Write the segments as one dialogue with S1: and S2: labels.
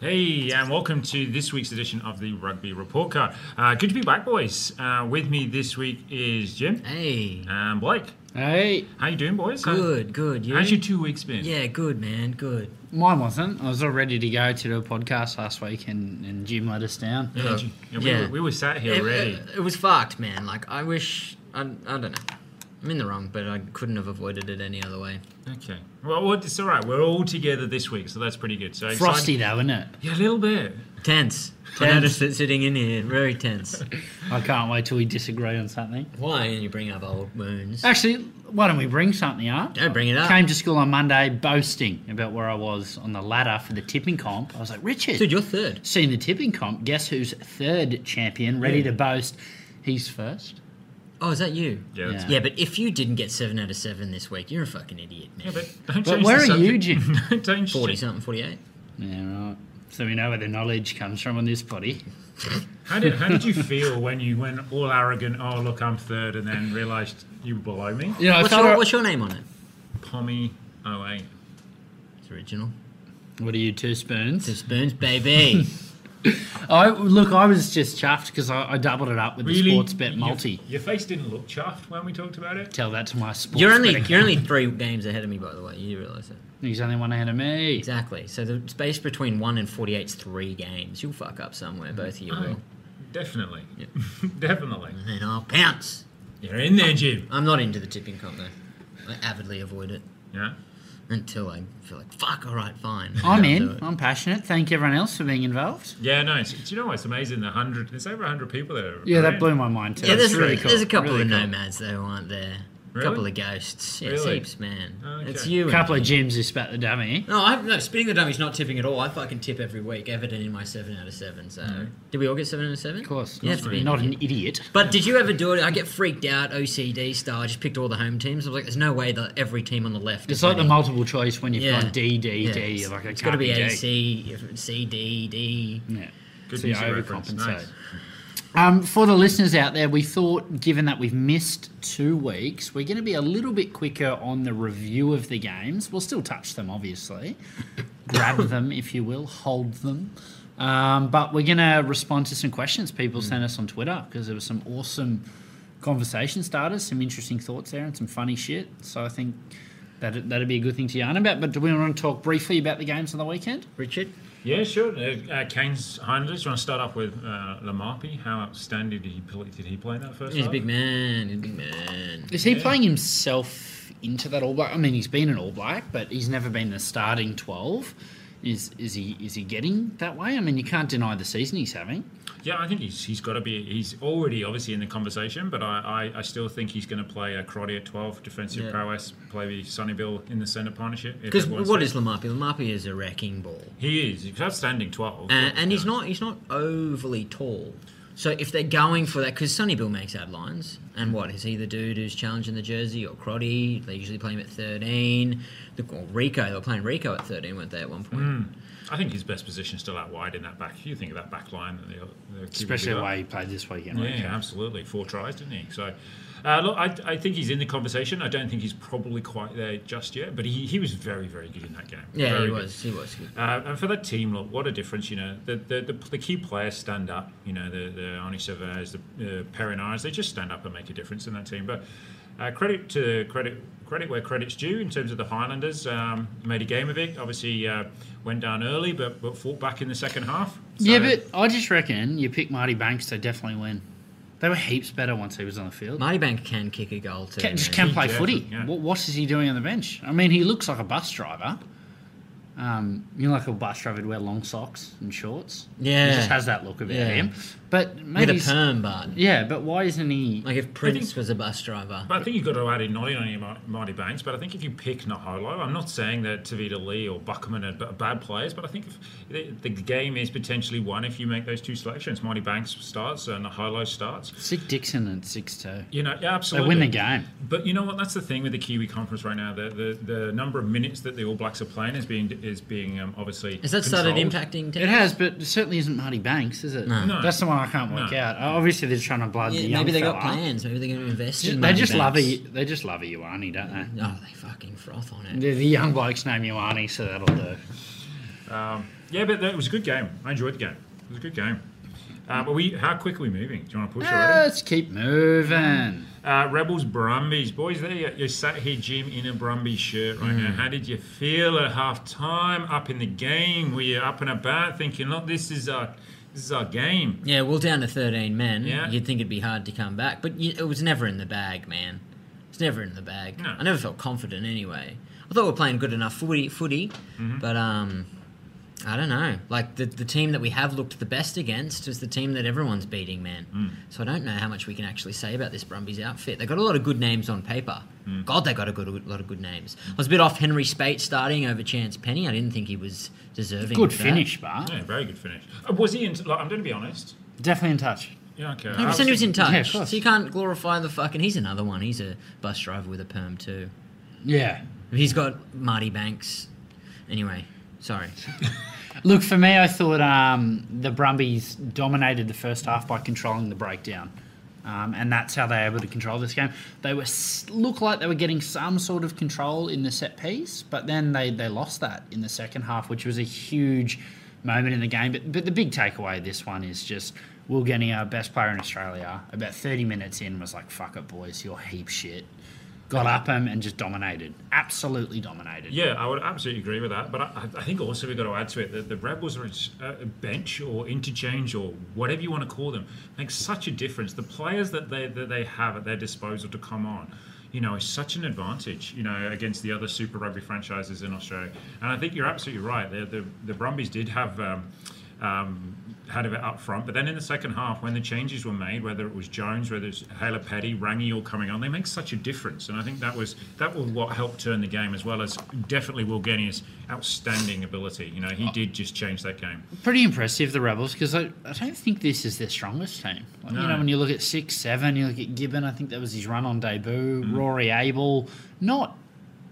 S1: Hey, and welcome to this week's edition of the Rugby Report Card. Uh, good to be back, boys. Uh, with me this week is Jim
S2: Hey.
S1: and Blake.
S3: Hey,
S1: How you doing, boys? How-
S2: Good, good. You?
S1: How's your two weeks been?
S2: yeah, good, man. Good.
S3: mine wasn't. I was all ready to go to do a podcast last week, and, and Jim let us down.
S1: Yeah, gee. Yeah, we,
S2: Yeah.
S1: Were, we were sat here
S2: It,
S1: already.
S2: it- it was fucked, man. Like, I wish. I, I don't know. I'm in the wrong, but I couldn't have avoided it any other way.
S1: Okay. Well, what- it's all right. We're all together this week, so that's pretty good. So excited-
S3: Frosty though, isn't it?
S1: Yeah, a little bit.
S2: Tense. I
S3: Tense.
S2: noticed it sitting in here. Very tense.
S3: I can't wait till we disagree on something.
S2: Why? And you bring up old wounds.
S3: Actually, why don't we bring something up?
S2: Don't bring it up.
S3: Came to school on Monday boasting about where I was on the ladder for the tipping comp. I was like, Richard,
S2: Dude, you're third.
S3: seen the tipping comp. Guess who's third champion? Ready to boast? He's first.
S2: Oh, is that you?
S1: Yeah. that's-
S3: Yeah.
S2: Yeah, but if you didn't get 7 out of 7 this week, you're a fucking idiot, man.
S1: Yeah, but don't
S3: But
S1: change
S3: where
S1: the
S3: are you,
S1: subject. don't
S2: 40
S1: change.
S2: something, 48.
S3: Yeah, right. So we know where the knowledge comes from on this body.
S1: How did, how did you feel when you went all arrogant? Oh, look, I'm third, and then realised you were below me.
S3: You know,
S2: What's
S3: I thought
S2: your,
S3: I-
S2: what's your name on it?
S1: Pommy 08.
S2: It's original.
S3: what are you, two spoons?
S2: It's Burns, baby.
S3: I look, I was just chuffed because I, I doubled it up with the sports bet
S1: Your-
S3: multi.
S1: Your, face didn't look chuffed when we talked about it.
S3: Tell that to my sports.
S2: you're only
S3: bet account.
S2: you're only three games ahead of me, by the way. You realise that?
S3: He's only one ahead of me.
S2: Exactly. So the space between one and forty-eight is three games. You'll fuck up somewhere. Both of
S3: Oh.
S2: you will.
S1: Definitely.
S2: Yeah.
S1: Definitely.
S2: And then I'll pounce.
S1: You're in there, Jim.
S2: I'm not into the tipping comp though. I avidly avoid it
S1: Yeah.
S2: until I feel like fuck. All right, fine.
S3: I'm
S2: I'll do
S3: in. Oh,
S2: it.
S3: I'm passionate. Thank everyone else for being involved.
S1: Yeah, no. It's, do you know what's amazing? The hundred. There's over hundred people there.
S3: Yeah,
S1: Right?
S3: that blew my mind too.
S2: Yeah,
S3: It's
S2: there's,
S3: really
S2: there's a
S3: cool.
S2: couple
S3: Really
S2: of
S3: cool.
S2: nomads though, aren't there? A
S1: Really?
S2: couple of ghosts. Yeah, it's
S1: Really?
S2: heaps, man.
S1: Okay.
S2: It's you.
S3: A
S2: and
S3: couple of
S2: me.
S3: gyms who spat the dummy.
S2: No, I, no, spinning the dummy's not tipping at all. I fucking tip every week, evident in my seven out of seven. So, did we all get seven out of seven?
S3: Mm-hmm. Of course,
S2: you have to be an
S3: not an idiot.
S2: But did you ever do it? I get freaked out, OCD style. I just picked all the home teams. I was like, there's no way that every team on the left.
S3: It's
S2: is
S3: like the
S2: winning.
S3: multiple choice when you've
S2: Yeah.
S3: gone D D
S2: Yeah,
S3: D.
S2: it's-
S3: You're like, I
S2: it's
S3: got to
S2: be
S3: D.
S2: AC, if- C, D, D.
S3: Yeah.
S1: Good
S3: so you
S1: music reference,
S3: overcompensate.
S1: nice.
S3: Um, for the listeners out there, we thought, given that we've missed two weeks, we're going to be a little bit quicker on the review of the games. We'll still touch them, obviously. Grab them, if you will, hold them. Um, but we're going to respond to some questions people sent us on Twitter because there was some awesome conversation starters, some interesting thoughts there, and some funny shit. So I think that that'd be a good thing to yarn about. But do we want to talk briefly about the games on the weekend?
S2: Richard?
S1: Yeah, sure. Uh, uh, Kane's Highlanders. Do you want to start off with uh, Lamapi? How outstanding did he play, did he play in that first
S2: He's a
S1: half?
S2: big man. He's a big man.
S3: Is he
S1: Yeah.
S3: playing himself into that All Black? I mean, he's been an All Black, but he's never been the starting twelve. Is is he is he getting that way? I mean, you can't deny the season he's having.
S1: Yeah, I think he's, he's got to be. He's already obviously in the conversation, but I, I, I still think he's going to play a Crotty at 12, defensive
S2: Yeah.
S1: prowess, play the Sunnyville in the centre partnership. if
S2: Because
S1: everyone's
S2: what
S1: fit.
S2: is Lamapi? Lamapi is a wrecking ball.
S1: He is. He's outstanding 12.
S2: And, and he's not he's not overly tall. So if they're going for that, because Sonny Bill makes out lines, and what is he the dude who's challenging the jersey or Crotty? They usually play him at thirteen. The, or Rico, they were playing Rico at thirteen, weren't they? At one point,
S3: Mm,
S1: I think his best position is still out wide in that back. You think of that back line, that they'll- they'll keep
S3: Especially
S1: it
S3: the
S1: up.
S3: way he played this weekend.
S1: Yeah, absolutely. Four tries, didn't he? So, uh, look, I, I think he's in the conversation. I don't think he's probably quite there just yet, but he, he was very, very good in that game.
S2: yeah,
S1: Very
S2: he
S1: good.
S2: was, he was. Good.
S1: Uh, and for that team, look, what a difference, you know. The the, the, the key players stand up, you know, the, the Arnie Savas, the uh, Perinares, they just stand up and make a difference in that team. But uh, credit to credit credit where credit's due in terms of the Highlanders. Um, made a game of it. Obviously, uh, went down early, but, but fought back in the second half. So-
S3: yeah, but I just reckon you pick Marty Banks, they definitely win. They were heaps better once he was on the field.
S2: Marty Bank can kick a goal too.
S3: Can, just
S2: man.
S3: can play
S1: Yeah,
S3: footy.
S1: yeah.
S3: What, what is he doing on the bench? I mean, he looks like a bus driver. Um, you know, like a bus driver would wear long socks and shorts.
S2: Yeah.
S3: he just has that look about
S2: Yeah.
S3: him. But
S2: With
S3: maybe
S2: a
S3: he's-
S2: perm, but
S3: Yeah, but why isn't he?
S2: like if Prince was a bus driver,
S1: But I think you've got to add in not only Mar- Marty Banks, but I think if you pick Naholo, I'm not saying that Tavita Lee or Buckman are b- bad players, but I think if the, the game is potentially won if you make those two selections. Marty Banks starts and Naholo starts.
S3: Sick Dixon and six two.
S1: You know, yeah,
S3: They
S1: absolutely.
S3: win the game.
S1: But you know what? That's the thing with the Kiwi Conference right now. The the, the number of minutes that the All Blacks are playing is being is being um, obviously.
S2: has that started
S1: controlled.
S2: impacting?
S3: It
S2: Team?
S3: has, but it certainly isn't Marty Banks, is it?
S2: No.
S1: No.
S3: That's the one I can't work
S1: No.
S3: out. Uh, Obviously, they're trying to blood the
S2: Yeah,
S3: young
S2: maybe they got
S3: fella.
S2: plans. Maybe they're going to invest.
S3: They
S2: in Marty
S3: just love a,
S2: Banks.
S3: They just love a Ioane, don't they?
S2: Oh, they fucking froth on it.
S3: The, the young bloke's name Ioane, so that'll do.
S1: Um, yeah, but it was a good game. I enjoyed the game. It was a good game. Uh, but we, how quick are we moving? Do you want
S3: Uh,
S1: to push already?
S3: Let's keep moving.
S1: Uh, Rebels Brumbies, boys, there you, you sat here, Jim, in a Brumbies shirt right
S2: Hmm.
S1: now. How did you feel at half time? Up in the game? Were you up and about, thinking, "Look, this is our, this is our game."
S2: Yeah, well, down to 13 men,
S1: Yeah.
S2: you'd think it'd be hard to come back, but you, it was never in the bag, man. It's never in the bag.
S1: No.
S2: I never felt confident anyway. I thought we were playing good enough footy, footy
S1: Mm-hmm.
S2: but um, I don't know. Like the the team that we have looked the best against is the team that everyone's beating, man.
S1: Mm.
S2: So I don't know how much we can actually say about this Brumbies outfit. They got a lot of good names on paper.
S1: Mm.
S2: God, they got a good a lot of good names. I was a bit off Henry Spate starting over Chance Penny. I didn't think he was deserving.
S3: Good
S2: of that.
S3: finish, but
S1: Yeah, very good finish. Uh, was he? In, like, I'm going to be honest.
S3: definitely in touch.
S1: Yeah, okay.
S2: No, but
S1: I
S2: he was in touch,
S3: Yeah, of
S2: so
S3: course.
S2: you can't glorify the fucking. He's another one. He's a bus driver with a perm too.
S3: Yeah.
S2: He's got Marty Banks. Anyway, sorry.
S3: Look, for me, I thought um, the Brumbies dominated the first half by controlling the breakdown. Um, and that's how they were able to control this game. They were s- looked like they were getting some sort of control in the set piece, but then they, they lost that in the second half, which was a huge moment in the game. But, but the big takeaway of this one is just Will getting our best player in Australia, about 30 minutes in, was like, fuck it, boys, you're heap shit. Got up him and just dominated. Absolutely dominated.
S1: Yeah, I would absolutely agree with that. But I, I think also we've got to add to it that the Rebels are a bench or interchange or whatever you want to call them makes such a difference. The players that they that they have at their disposal to come on, you know, is such an advantage. You know, against the other Super Rugby franchises in Australia. And I think you're absolutely right. The the, the Brumbies did have. Um, um, had it up front, but then in the second half, when the changes were made, whether it was Jones, whether it's Hala Petty, Rangi all coming on, they make such a difference, and I think that was that was what helped turn the game, as well as definitely Will Genius' outstanding ability. You know, he did just change that game.
S3: pretty impressive the rebels because I, I don't think this is their strongest team like, you know
S1: No.
S3: when you look at six seven you look at gibbon i think that was his run on debut rory abel not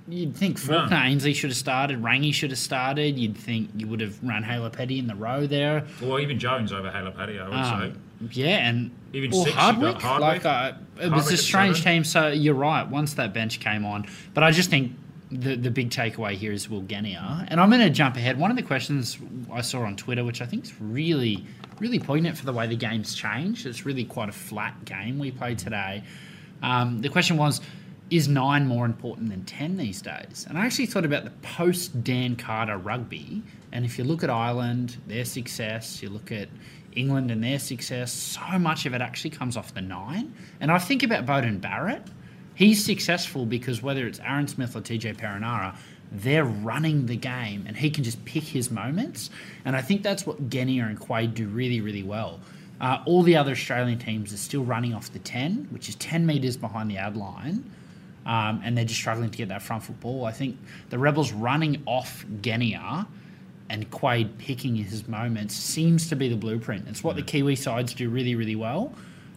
S3: you'd think Faulkner ainsley should have started rangi should have started you'd think you would have run Hala Petty in the row there
S1: Well, even Jones over Hala Petty, I would say.
S3: Um, yeah and
S1: Even
S3: or
S1: six, you got
S3: hardwick,
S1: Hardwick.
S3: like uh, it
S1: Hardwick
S3: was a
S1: at
S3: strange
S1: seven.
S3: team so you're right once that bench came on but i just think the, the big takeaway here is Will Genia. And I'm going to jump ahead. One of the questions I saw on Twitter, which I think is really, really poignant for the way the game's changed. It's really quite a flat game we played today. Um, the question was, is nine more important than 10 these days? And I actually thought about the post Dan Carter rugby. And if you look at Ireland, their success, you look at England and their success, so much of it actually comes off the nine. And I think about Bowden Barrett. He's successful because whether it's Aaron Smith or TJ Perenara, they're running the game and he can just pick his moments. And I think that's what Genia and Quade do really, really well. Uh, all the other Australian teams are still running off the 10, which is 10 metres behind the ad line. Um, and they're just struggling to get that front foot ball. I think the Rebels running off Genia and Quade picking his moments seems to be the blueprint. It's what the Kiwi sides do really, really well.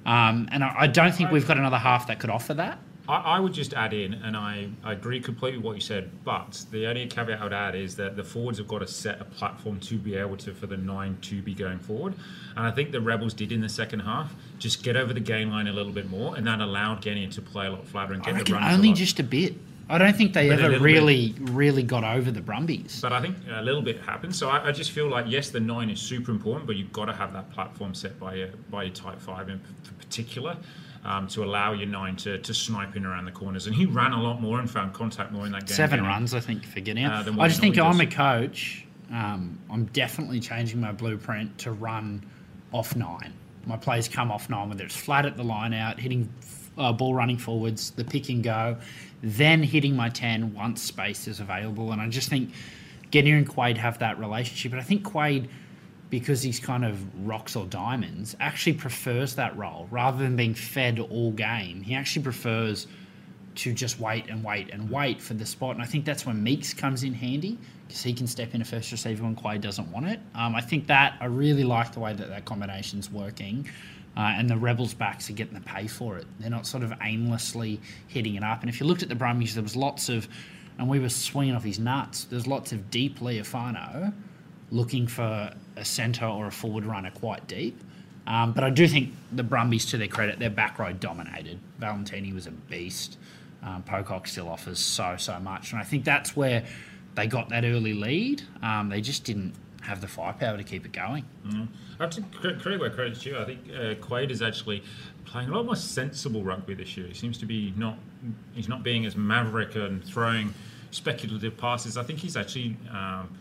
S3: Um, and I, I don't think we've got another half that could offer that.
S1: I, I would just add in, and I, I agree completely with what you said, but the only caveat I would add is that the forwards have got to set a platform to be able to, for the nine to be going forward. And I think the Rebels did in the second half, just get over the game line a little bit more, and that allowed Genia to play a lot flatter and
S3: I
S1: get the
S3: reckon
S1: runs a
S3: only
S1: lot.
S3: just a bit. I don't think they
S1: But a
S3: ever
S1: little
S3: really, really got over the Brumbies.
S1: But I think a little bit happens. So I, I just feel like yes, the nine is super important, but you've got to have that platform set by your by your type five in p- particular um, to allow your nine to, to snipe in around the corners. And he ran a lot more and found contact more in that game.
S3: Seven
S1: didn't he?
S3: runs, I think, for getting
S1: Uh,
S3: out.
S1: then what
S3: I
S1: he
S3: just think I'm
S1: normally
S3: a coach. Um, I'm definitely changing my blueprint to run off nine. My plays come off nine, whether it's flat at the line out, hitting uh, ball running forwards, the pick and go, then hitting my 10 once space is available. And I just think Gettier and Quaid have that relationship. And I think Quaid, because he's kind of rocks or diamonds, actually prefers that role rather than being fed all game. He actually prefers to just wait and wait and wait for the spot. And I think that's when Meeks comes in handy because he can step in a first receiver when Quade doesn't want it. Um, I think that I really like the way that that combination's working. Uh, and the Rebels backs are getting the pay for it. They're not sort of aimlessly hitting it up. And if you looked at the Brumbies, there was lots of, and we were swinging off his nuts, there's lots of deep Leofano looking for a centre or a forward runner quite deep. Um, but I do think the Brumbies, to their credit, their back row dominated. Valentini was a beast. Um, Pocock still offers so, so much. And I think that's where They got that early lead. Um, they just didn't have the firepower to keep it going.
S1: I have to cre- credit where credit's due. I think uh, Quaid is actually playing a lot more sensible rugby this year. He seems to be not he's not being as maverick and throwing speculative passes. I think he's actually. Um,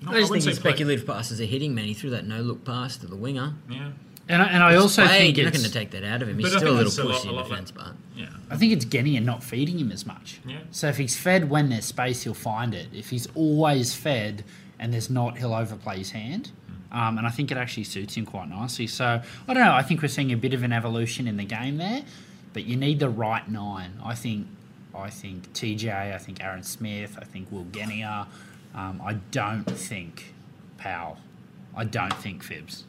S1: not,
S2: I
S1: wouldn't
S2: just think his
S1: say play-
S2: speculative passes are hitting man. He threw that no look pass to the winger.
S1: Yeah,
S3: And I, and I also
S2: Hey,
S3: think
S2: you're not going to
S3: it's,
S2: take that out of him.
S1: But
S2: He's
S1: I
S2: still a
S1: think
S2: little
S1: that's a lot-
S2: pushy
S1: a
S2: in
S1: lot
S2: defence, but
S1: yeah.
S3: I think it's Genny and not feeding him as much.
S1: Yeah.
S3: So if he's fed when there's space, he'll find it. If he's always fed and there's not, he'll overplay his hand. Um, and I think it actually suits him quite nicely. So I don't know. I think we're seeing a bit of an evolution in the game there, but you need the right nine. I think. I think TJ. I think Aaron Smith. I think Will Genia. Um, I don't think Powell. I don't think Fibs.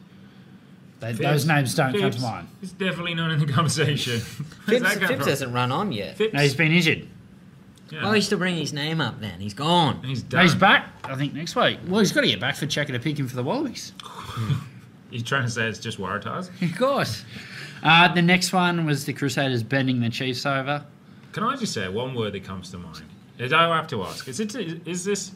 S3: They, those
S1: Phipps-
S3: names don't come
S1: Phipps
S3: to mind.
S1: is definitely not in the conversation. Where's
S2: Phipps,
S1: that come
S2: Phipps
S1: from?
S2: hasn't run on yet.
S1: Phipps,
S3: No, he's been injured.
S1: yeah.
S2: Oh, he's still bringing his name up. Then he's gone.
S1: And he's
S3: No,
S1: done.
S3: he's back, I think, next week. Well, he's got to get back for checking to pick him for the Wallabies.
S1: He's trying to say it's just Waratahs.
S3: Of course. Uh, the next one was the Crusaders bending the Chiefs over.
S1: Can I just say one word that comes to mind? And I have to ask: Is it is this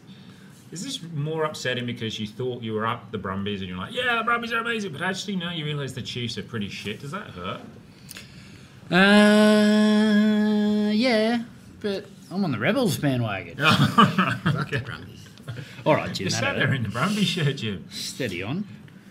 S1: is this more upsetting because you thought you were up the Brumbies and you're like, yeah, the Brumbies are amazing, but actually now you realise the Chiefs are pretty shit. Does that hurt?
S3: Uh, yeah, but I'm on the Rebels bandwagon.
S2: Fuck the Brumbies.
S3: All right, Jim.
S1: You
S3: that
S1: sat there in the Brumbies shirt, Jim.
S3: Steady on.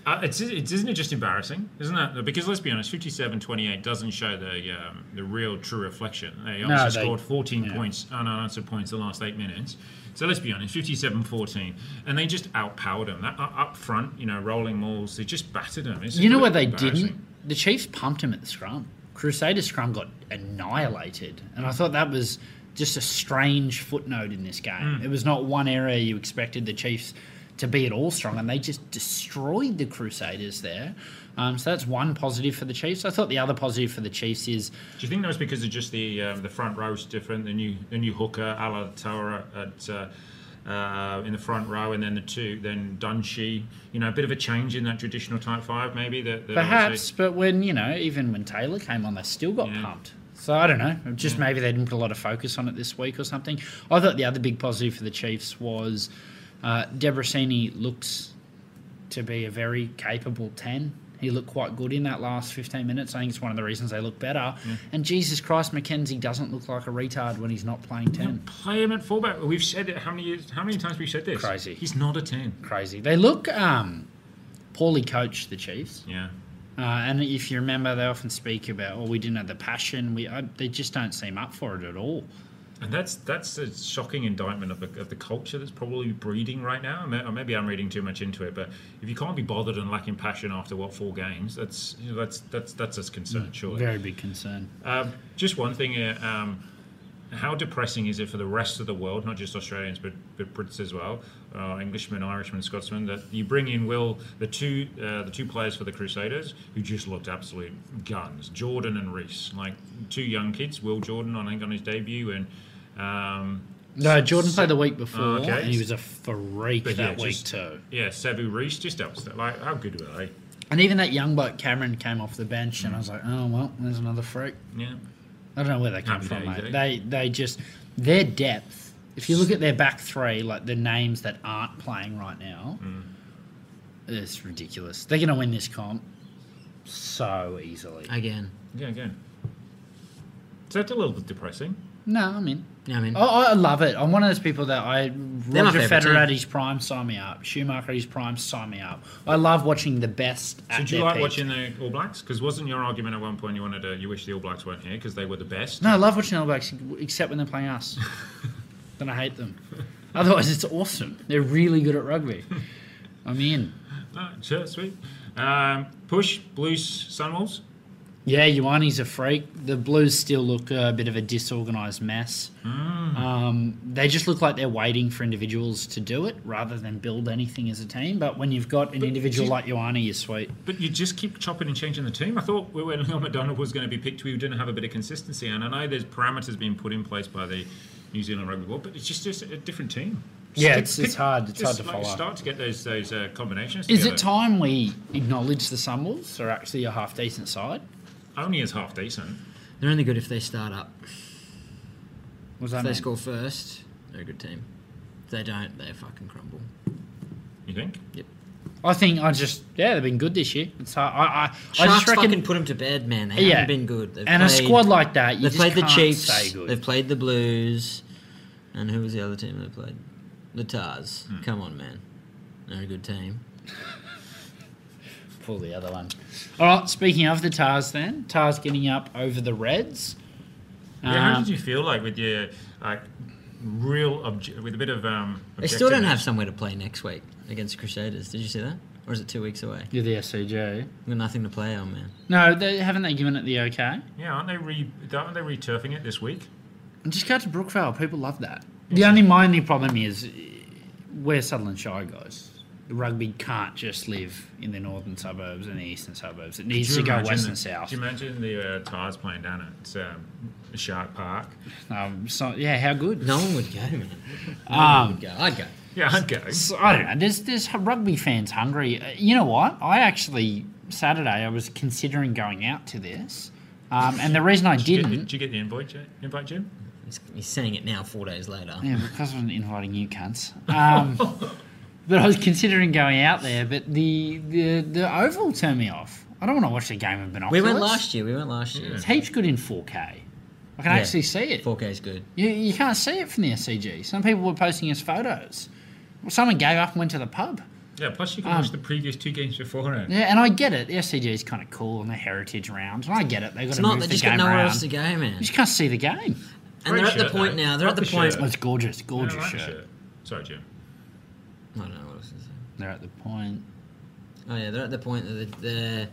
S1: Uh, it's, it's isn't it just embarrassing, isn't it? Because let's be honest, 57-28 doesn't show the um, the real true reflection. They obviously
S3: they-
S1: scored 14
S3: yeah.
S1: points, oh, unanswered points the last eight minutes. So let's be honest, 57-14, and they just outpowered them. That, uh, up front, you know, rolling malls, they just battered them. It's
S3: You know what they
S1: embarrassing.
S3: didn't? The Chiefs pumped him at the scrum. Crusader scrum got annihilated, and I thought that was just a strange footnote in this game. It was not one area you expected the Chiefs to be at all strong, and they just destroyed the Crusaders there. Um, so that's one positive for the Chiefs. I thought the other positive for the Chiefs is
S1: Do you think that was because of just the um, the front row is different? The new the new hooker, Ala Torre at. Uh, uh, in the front row, and then the two, then Dunshee. You know, a bit of a change in that traditional type five, maybe. That, that
S3: perhaps, but when you know, even when Taylor came on, they still got
S1: Yeah.
S3: pumped. So I don't know. Just maybe they didn't put a lot of focus on it this week or something. I thought the other big positive for the Chiefs was uh, Debrasini looks to be a very capable ten. He looked quite good in that last 15 minutes. I think it's one of the reasons they look better. And Jesus Christ, McKenzie doesn't look like a retard when he's not playing 10.
S1: Play him at fullback. We've said it. How many years? How many times we've said this?
S3: Crazy.
S1: He's not a ten.
S3: Crazy. They look um, poorly coached, the Chiefs.
S1: Yeah.
S3: Uh, and if you remember, they often speak about, "Oh, we didn't have the passion." We I, they just don't seem up for it at all.
S1: And that's that's a shocking indictment of the, of the culture that's probably breeding right now. May- Or maybe I'm reading too much into it, but if you can't be bothered and lacking passion after what four games, that's you know, that's that's that's us concerned, surely.
S3: Very big concern.
S1: Um, just one thing. uh, Um, how depressing is it for the rest of the world, not just Australians, but, but Brits as well, uh, Englishmen, Irishmen, Scotsmen, that you bring in Will, the two uh, the two players for the Crusaders, who just looked absolute guns, Jordan and Reese, like two young kids. Will Jordan, I think, on his debut, and um,
S3: No, Jordan played the week before,
S1: Oh, okay.
S3: and he was a freak
S1: But yeah,
S3: that week
S1: just-
S3: too.
S1: yeah, Sevu Reese just outstanding. Like, how good were they?
S3: And even that young bloke Cameron came off the bench, and I was like, "Oh well, there's another freak."
S1: Yeah,
S3: I don't know where they come
S1: Happy
S3: from,
S1: days,
S3: mate.
S1: eh?
S3: They they just their depth. If you look at their back three, like the names that aren't playing right now,
S1: Mm.
S3: it's ridiculous. They're going to win this comp so easily.
S2: Again.
S1: yeah, again. So that's a little bit depressing.
S3: No, I mean.
S2: You know what I mean?
S3: Oh, I love it. I'm one of those people that I
S2: They're my
S3: Roger
S2: favourite
S3: Federer
S2: team.
S3: at his prime, sign me up. Schumacher at his prime, sign me up. I love watching the best. At
S1: So do you
S3: their
S1: like
S3: peak.
S1: watching the All Blacks? Because wasn't your argument at one point you wanted to, you wish the All Blacks weren't here because they were the best?
S3: No, I love watching the All Blacks except when they're playing us. then I hate them. Otherwise, it's awesome. They're really good at rugby. I'm in.
S1: Ah, sure, sweet. Um, push, Blues, Sunwolves.
S3: Yeah, Ioane's a freak. The Blues still look a bit of a disorganised mess.
S1: Hmm.
S3: Um, they just look like they're waiting for individuals to do it rather than build anything as a team. But when you've got an individual
S1: do-
S3: like Ioane, you're sweet.
S1: But you just keep chopping and changing the team. I thought we- when Neil McDonald was going to be picked, we didn't have a bit of consistency. And I know there's parameters being put in place by the New Zealand Rugby Board, but it's just, just a different team. Just
S3: Yeah,
S1: pick-
S3: it's- it's
S1: pick-
S3: hard. It's
S1: just,
S3: hard to
S1: like,
S3: follow.
S1: Start to get those those uh, combinations.
S3: Is
S1: together.
S3: it time we acknowledge the Sunwolves are actually a half decent side?
S1: Only as half decent.
S2: They're only good if they start up. If
S3: Was that
S2: they
S3: mean?
S2: score first, they're a good team. If they don't, they fucking crumble.
S1: You think?
S3: I think I just yeah they've been good this year. It's hard. I I, I
S2: Sharks
S3: just reckon
S2: fucking put them to bed, man. They
S3: Yeah.
S2: haven't been good. They've
S3: and a
S2: played-
S3: squad like that you
S2: They've
S3: just
S2: played the
S3: can't stay
S2: Chiefs.
S3: good.
S2: They've played the Blues. And who was the other team they played? The Tars.
S3: Hmm.
S2: Come on, man. They're a good team.
S3: Pull the other one. All right. Speaking of the Tars, then Tars getting up over the Reds.
S1: yeah, how
S3: Um,
S1: did you feel like with your like real obje- with a bit of um?
S2: They still don't have
S1: objectiveness?
S2: somewhere to play next week against the Crusaders. Did you see that? Or is it two weeks away?
S3: You're the SCG.
S2: We've got nothing to play on, man.
S3: No, they, haven't they given it the okay?
S1: Yeah, aren't they re? Aren't they returfing it this week?
S3: Just go to Brookvale. People love that. The only my only problem is eh, where Sutherland Shire goes. Rugby can't just live in the northern suburbs and the eastern suburbs. It needs to
S1: Could you
S3: go
S1: imagine
S3: west
S1: the-
S3: and south.
S1: Do you imagine the uh, Tars playing down at um, Shark Park?
S3: Um, so, yeah, how good?
S2: No one would go, man. No one
S3: Um,
S2: would go. I'd go.
S1: Yeah, I'd go.
S3: so, I don't know. There's there's rugby fans hungry. Uh, You know what? I actually Saturday I was considering going out to this, um, and the reason I
S1: Did you, get,
S3: didn't
S1: did you get the invite, Jim? Invite, Jim?
S2: He's, he's saying it now, four days later.
S3: Yeah, because I'm inviting you cunts. Um, but I was considering going out there, but the, the, the Oval turned me off. I don't want to watch the game of
S2: We
S3: binoculars.
S2: went last year. We went last year.
S3: It's heaps good in 4K. I can
S2: Yeah.
S3: actually see it.
S2: 4K is good.
S3: You, you can't see it from the SCG. Some people were posting us photos. Well, someone gave up and went to the pub.
S1: Yeah. Plus, you can
S3: Um,
S1: watch the previous two games beforehand.
S3: Yeah, and I get it. The SCG is kind of cool and the heritage round. And I get it. They've got
S2: It's
S3: to
S2: not.
S3: move
S2: They
S3: the
S2: just
S3: game
S2: got nowhere
S3: around.
S2: else to
S3: You
S2: go, man.
S3: just can't see the game.
S2: And they're at the
S1: shirt,
S2: point
S1: though.
S2: now. They're at the
S1: Proper
S2: point.
S1: shirt.
S3: Oh, it's gorgeous.
S1: Yeah, I like
S3: Gorgeous
S1: the
S3: shirt.
S1: shirt. Sorry, Jim.
S2: I don't know what else to say.
S3: They're at the point.
S2: Oh yeah, they're at the point that they're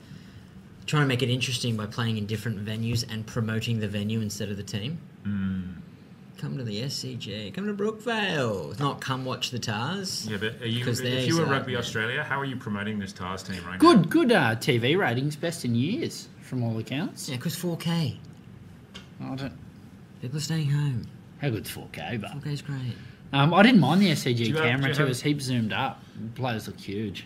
S2: trying to make it interesting by playing in different venues and promoting the venue instead of the team. Come to the SCG. Come to Brookvale. It's Not come watch the Tars.
S1: Yeah, but are you,
S2: 'Cause
S1: if
S2: there's
S1: you were
S2: that,
S1: Rugby
S2: yeah.
S1: Australia, how are you promoting this Tars team right now?
S3: Good, good uh, TV ratings, best in years from all accounts.
S2: Yeah, 'cause 4K.
S3: I don't,
S2: People are staying home.
S3: how good's 4K, but
S2: 4K's great.
S3: um, I didn't mind the SCG
S1: you have- do
S3: camera
S1: you
S3: too.
S1: have-
S3: It's heaps zoomed up. Players look huge.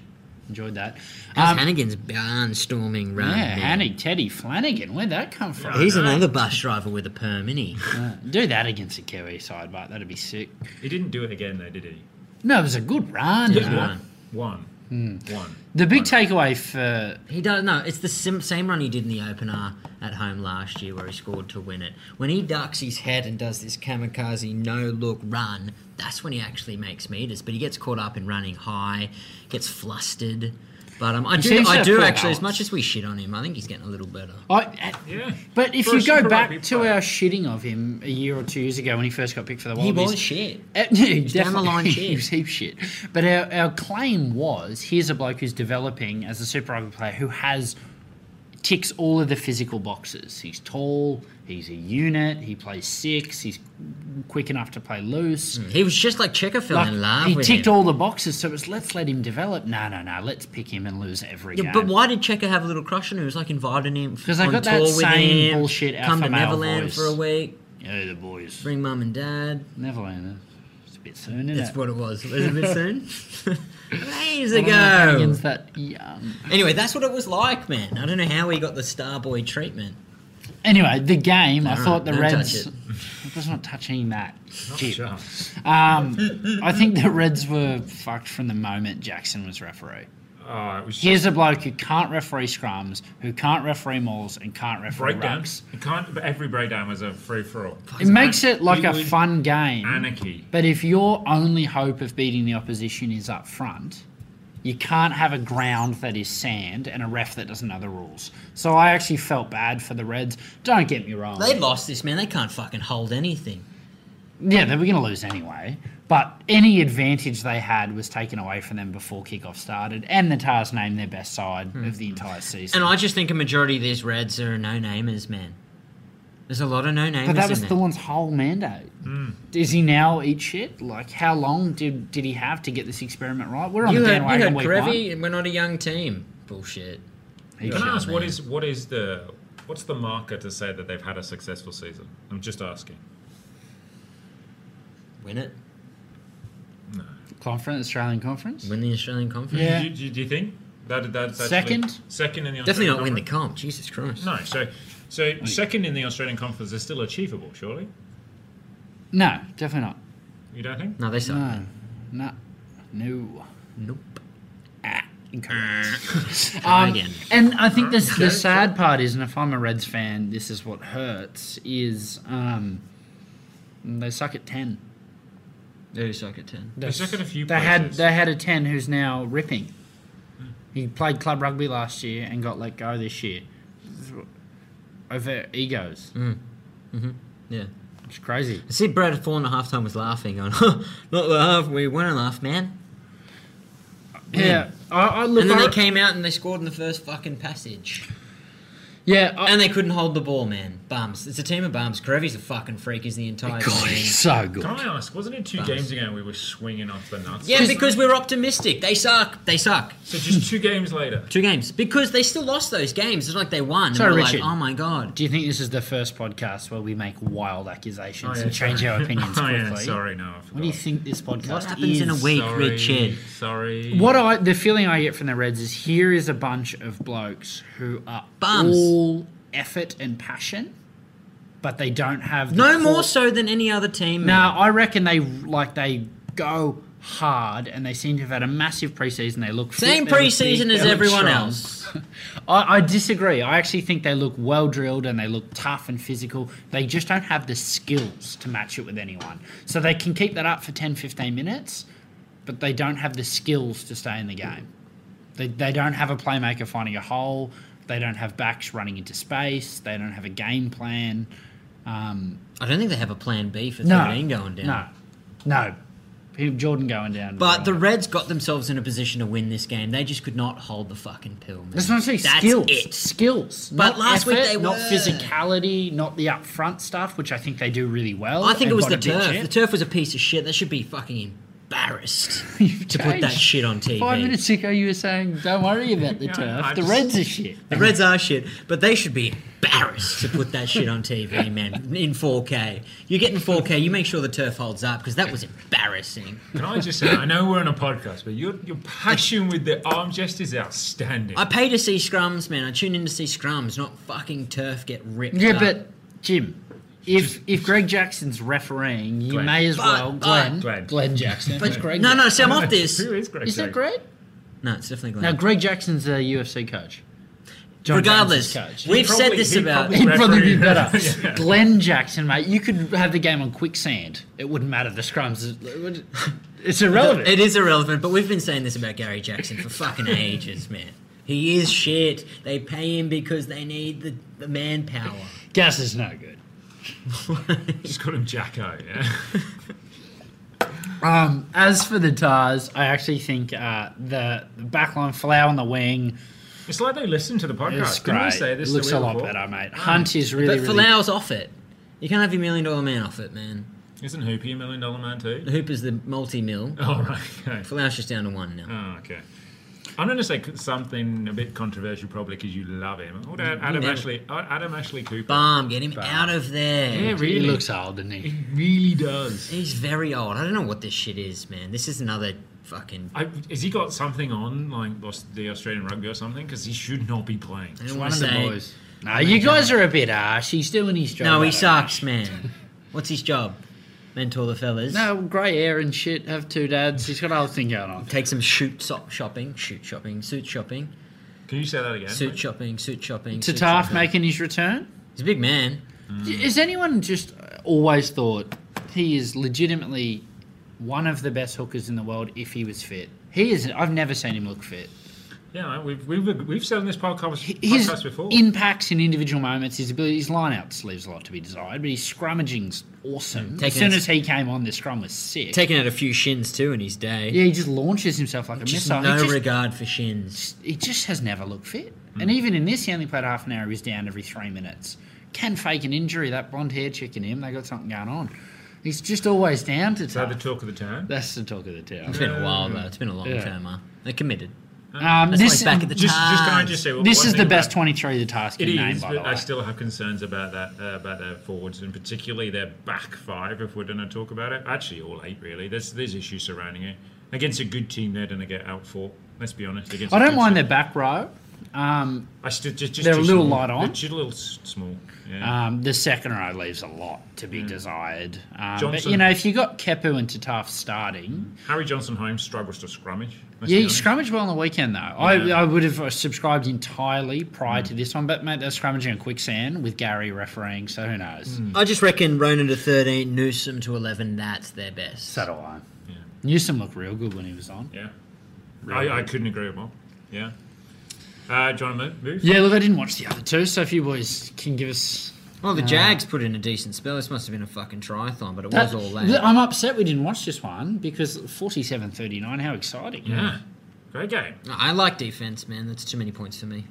S3: Enjoyed that.
S2: How's
S3: Um,
S2: Hannigan's barnstorming run?
S3: yeah,
S2: now?
S3: Hannig, Teddy Flanagan. Where'd that come from?
S2: He's another bus driver with a perm, isn't he?
S3: Uh, do that against the Kiwi side, but that'd be sick.
S1: He didn't do it again, though, did he?
S3: No, it was a good run.
S2: Good
S3: though.
S2: run.
S1: One.
S3: Hmm.
S1: One.
S3: The big takeaway for
S2: He does no. It's the sim, same run he did in the opener at home last year, where he scored to win it. When he ducks his head and does this kamikaze no look run, that's when he actually makes meters. But he gets caught up in running high, gets flustered. But um, I
S3: He
S2: do,
S3: seems to
S2: I
S3: have
S2: do
S3: poor
S2: actually. As
S3: balance.
S2: much as we shit on him, I think he's getting a little better.
S3: I,
S1: Yeah.
S3: but if
S1: For a
S3: you go
S1: super
S3: back
S1: rugby
S3: to
S1: player.
S3: our shitting of him a year or two years ago when he first got picked for the Wallabies,
S2: He was shit.
S3: Uh, yeah, he
S2: He's down the
S3: definitely-
S2: line
S3: he was heap shit. But our, our claim was here's a bloke who's developing as a super rugby player who has ticks all of the physical boxes. He's tall, he's a unit, he plays six, he's quick enough to play loose.
S2: He was just like Checkerfield
S3: Like,
S2: Hmm. in love
S3: he
S2: with
S3: ticked
S2: him.
S3: all the boxes, so it's let's let him develop. No, no, no, let's pick him and lose every
S2: yeah,
S3: game.
S2: but why did Checker have a little crush on him? He was like inviting him
S3: 'Cause I
S2: on
S3: got that
S2: tour with
S3: same
S2: him.
S3: bullshit
S2: come
S3: alpha
S2: to
S3: male
S2: Neverland
S3: voice.
S2: for a week.
S3: Yeah, Oh, the boys.
S2: Bring mum and dad.
S3: Neverland. uh, It's a bit soon, isn't
S2: That's
S3: it?
S2: what it was. Was it a bit soon? Days
S3: I don't know if
S2: ago.
S3: Ian's that young.
S2: Anyway, that's what it was like, man. I don't know how he got the Starboy treatment.
S3: Anyway, the game. I
S2: Alright,
S3: thought the
S2: don't touch
S3: Reds.
S2: it.
S3: I was not touching that. Jip.
S1: Sure.
S3: Um, I think the Reds were fucked from the moment Jackson was referee.
S1: Oh, it was just
S3: Here's a bloke who can't referee scrums, who can't referee mauls, and can't referee rucks.
S1: breakdowns. You can't. But every breakdown was a free for all.
S3: It makes it like a
S1: He would-
S3: fun game.
S1: Anarchy.
S3: But if your only hope of beating the opposition is up front, you can't have a ground that is sand and a ref that doesn't know the rules. So I actually felt bad for the Reds. Don't get me wrong.
S2: They lost this, man. They can't fucking hold anything.
S3: Yeah, they were going to lose anyway. But any advantage they had was taken away from them before kickoff started, and the Tars named their best side of the entire season.
S2: And I just think a majority of these Reds are no-namers, man. There's a lot of no-namers
S3: but that was
S2: in there.
S3: Thorne's whole mandate. Does he now eat shit? Like, how long did did he have to get this experiment right? We're on
S2: you
S3: the
S2: heard, you
S3: bandwagon
S2: heard
S3: week
S2: Grevy, and we're not a young team. Bullshit.
S3: one.
S1: Can I ask what
S2: man.
S1: is what is the what's the marker to say that they've had a successful season? I'm just asking.
S2: Win it.
S3: Conference, Australian conference.
S2: Win the Australian Conference.
S3: Yeah.
S1: Do, you- do, you- do you think that that's actually-
S3: Second?
S1: second in the
S2: Definitely
S1: Australian
S2: not win the
S1: Conference?
S2: comp. Jesus Christ.
S1: No, so so second in the Australian Conference is still achievable, surely.
S3: No, definitely not.
S1: You don't think?
S2: No, they suck.
S3: No, No. No.
S2: Nope.
S3: Ah, incorrect.
S2: Try again.
S3: And I think this,
S1: Okay.
S3: the sad part is, and if I'm a Reds fan, this is what hurts, is um, they suck at 10.
S2: They suck at 10.
S3: They,
S1: suck at a few
S3: they had
S1: places. Hmm.
S3: They had a 10 who's now ripping. He played club rugby last year and got let go this year. Over egos.
S2: Hmm. Yeah.
S3: It's crazy.
S2: I see Brad at four and a half time was laughing, going, huh, not the half, we won and half, man.
S3: Yeah. I, I look
S2: And then
S3: I-
S2: they came out and they scored in the first fucking passage.
S3: Yeah. I,
S2: And they couldn't hold the ball, man. Bums. It's a team of bums. Grevy's a fucking freak, is the entire
S3: God,
S2: team.
S3: he's so good.
S1: Can I ask, wasn't it two
S2: Nice.
S1: games ago we were swinging off the nuts?
S2: Yeah, because we we're optimistic. They suck. They suck.
S1: So just two games later.
S2: Two games. Because they still lost those games. It's not like they won. And
S3: Sorry,
S2: we're
S3: Richard.
S2: like, oh my god.
S3: Do you think this is the first podcast where we make wild accusations
S1: Oh, yeah,
S3: and change
S1: sorry.
S3: our opinions
S1: oh,
S3: quickly?
S1: yeah, sorry, no. I forgot.
S3: What do you think this podcast
S2: What happens
S3: is?
S2: in a week? think,
S1: sorry,
S2: Richard?
S1: Sorry.
S3: What I the feeling I get from the Reds is here is a bunch of blokes who are
S2: Bums.
S3: all effort and passion, but they don't have the
S2: No
S3: core-
S2: more so than any other team.
S3: No,
S2: man.
S3: I reckon they like they go hard and they seem to have had a massive preseason. They look fit,
S2: Same
S3: they look big,
S2: preseason
S3: they
S2: as
S3: look
S2: everyone
S3: strong.
S2: else.
S3: I, I disagree. I actually think they look well drilled and they look tough and physical. They just don't have the skills to match it with anyone. So they can keep that up for 10, 15 minutes, but they don't have the skills to stay in the game. They, they don't have a playmaker finding a hole. They don't have backs running into space. They don't have a game plan. Um,
S2: I don't think they have a plan B for
S3: no.
S2: 13 going down.
S3: No. No. Who- Jordan going down.
S2: But the
S3: Right.
S2: Reds got themselves in a position to win this game. They just could not hold the fucking pill, man.
S3: That's what I'm saying.
S2: That's
S3: skills.
S2: it.
S3: Skills.
S2: But
S3: not
S2: last week
S3: effort,
S2: they
S3: not
S2: were.
S3: physicality, not the upfront stuff, which I think they do really well.
S2: I think
S3: and
S2: it was
S3: got
S2: the
S3: a bit
S2: turf.
S3: shit.
S2: The turf was a piece of shit. They should be fucking embarrassed
S3: You've
S2: to put that
S3: changed.
S2: shit on TV.
S3: Five minutes ago, you were saying, "Don't worry about the
S1: Yeah,
S3: turf.
S1: I
S3: the
S1: just-
S3: Reds are shit."
S2: The Reds are shit, but they should be embarrassed to put that shit on TV, man, in 4K. You're getting 4K, you make sure the turf holds up because that was embarrassing.
S1: Can I just say, I know we're on a podcast, but your, your passion with the arm gest is outstanding.
S2: I pay to see scrums, man. I tune in to see scrums, not fucking turf get ripped.
S3: Yeah,
S2: up.
S3: but Jim, if if Greg Jackson's refereeing, you
S1: Glenn.
S3: may as
S2: But-
S3: well
S2: but-
S3: Glenn
S1: Glenn.
S3: Jackson. But Greg,
S2: no, no, see, I'm
S1: I don't
S2: off
S1: know,
S2: this.
S1: Who is Greg?
S3: is that
S1: Greg?
S3: great?
S2: No, it's definitely Glenn.
S3: Now Greg Jackson's a UFC coach. John Jones'
S2: Regardless,
S3: coach.
S2: we've said
S1: probably-
S2: this
S1: he
S2: about.
S1: probably-
S3: He'd probably be
S1: Referee.
S3: better.
S1: Yeah.
S3: Glenn Jackson, mate, you could have the game on quicksand. It wouldn't matter. The scrums, it would- it's irrelevant.
S2: It is irrelevant, but we've been saying this about Gary Jackson for fucking ages, man. He is shit. They pay him because they need the, the manpower.
S3: Gas is no good.
S1: Just call him Jacko, yeah?
S3: Um, as for the Tars, I actually think uh, the the backline Flower on the wing
S1: It's like they listen to the
S3: is
S1: podcast. Didn't
S3: great.
S1: we say this
S3: it
S1: the
S3: looks a
S1: week
S3: lot
S1: before?
S3: better, mate. Hunt is really,
S2: but
S3: really
S2: Falau's off it. You can't have your million dollar man off it, man.
S1: Isn't Hoopy a million dollar man too?
S2: The Hooper's the multi mil.
S1: Oh, right, okay.
S2: Falau's just down to one now.
S1: Oh, okay. I'm going to say c- something a bit controversial, probably because you love him. What about Adam
S2: never-
S1: Ashley? uh, Adam Ashley Cooper.
S2: Bam, get him
S3: Bam.
S2: out of there.
S1: Yeah,
S3: He
S1: really.
S3: looks old, doesn't he?
S1: He really does.
S2: He's very old. I don't know what this shit is, man. This is another fucking.
S1: I, has he got something on like Aus- the Australian rugby or something? Because he should not be playing.
S2: I
S3: He's
S2: don't
S3: one
S2: want
S3: of
S2: to
S3: the
S2: say.
S3: boys. No, you guys are a bit harsh. He's doing his job.
S2: No,
S3: I
S2: he
S3: don't
S2: sucks, man. What's his job? Mentor the fellas.
S3: know. No, grey hair and shit. Have two dads. He's got a whole thing going on.
S2: Take some shoot so- shopping, shoot shopping, suit shopping,
S1: Can you say that again?
S2: suit
S1: mate?
S2: shopping, suit shopping. suit
S3: Tataf
S2: shopping.
S3: making his return.
S2: He's a big man.
S3: Has anyone just always thought he is legitimately one of the best hookers in the world if he was fit? He is. I've never seen him look fit.
S1: Yeah, we've we've we've said on this podcast,
S3: His
S1: podcast before.
S3: impacts in individual moments, his ability, his lineouts leaves a lot to be desired, but his scrummaging's awesome. as
S2: Mm. Taking
S3: soon
S2: us-
S3: as he came on, the scrum was sick.
S2: Taking out a few shins too in his day.
S3: yeah, he just launches himself like a
S2: Just
S3: missile.
S2: no
S3: he, just,
S2: regard for shins.
S3: he just has never looked fit.
S2: Mm.
S3: And even in this, he only played half an hour. He was down every three minutes. Can fake an injury. That blonde hair chick in him, they got something going on. He's just always down to
S1: Is that the
S3: tough.
S1: talk of the town?
S3: That's the talk of the town.
S2: It's been a while though. It's been a long
S3: Yeah.
S2: term. Huh? They're committed.
S3: Um,
S2: That's
S3: this
S2: like back at the
S1: Just, just can I
S2: Tars.
S1: just say well,
S3: this
S1: one
S3: is the
S1: thing about-
S3: best 23 the task
S1: It
S3: can name,
S1: is,
S3: by the
S1: but
S3: way.
S1: I still have concerns about that uh, about their forwards and particularly their back five. If we're going to talk about it, actually all eight really. There's there's issues surrounding it. Against a good team, they're going to get out for. Let's be honest. Against
S3: I
S1: a
S3: don't
S1: good
S3: mind
S1: team.
S3: their back row. Um,
S1: I still just, just
S3: They're
S1: too
S3: a little
S1: small.
S3: light on.
S1: They're just a little s- small. Yeah.
S3: um, the second row leaves a lot to be desired. Um, but you
S1: Mm. Johnson-
S3: know, if you got Kepu and Tataf starting,
S1: Harry Johnson Holmes struggles to scrummage. let's
S3: yeah,
S1: be
S3: you
S1: honest.
S3: scrummage well on the weekend though.
S1: Yeah. Mm.
S3: I, I would have uh, subscribed entirely prior to this one, but mate, they're scrummaging a quicksand with Gary refereeing, so who knows?
S1: Mm.
S2: I just reckon Ronan to 13, Newsom to 11, that's their best.
S3: So do I.
S1: Yeah.
S3: Newsom looked real good when he was on.
S1: Yeah.
S3: Really?
S1: I, I couldn't agree with more. Yeah. Uh, do you want to move? move?
S3: Yeah, look, I didn't watch the other two, so if you boys can give us.
S2: Well, the Jags put in a decent spell. This must have been a fucking triathlon, but it was
S3: uh, That,
S2: all
S3: Look,
S2: that.
S3: I'm upset we didn't watch this one because 47:39. How exciting!
S1: Yeah. Great game.
S2: I like defense, man. That's too many points for me.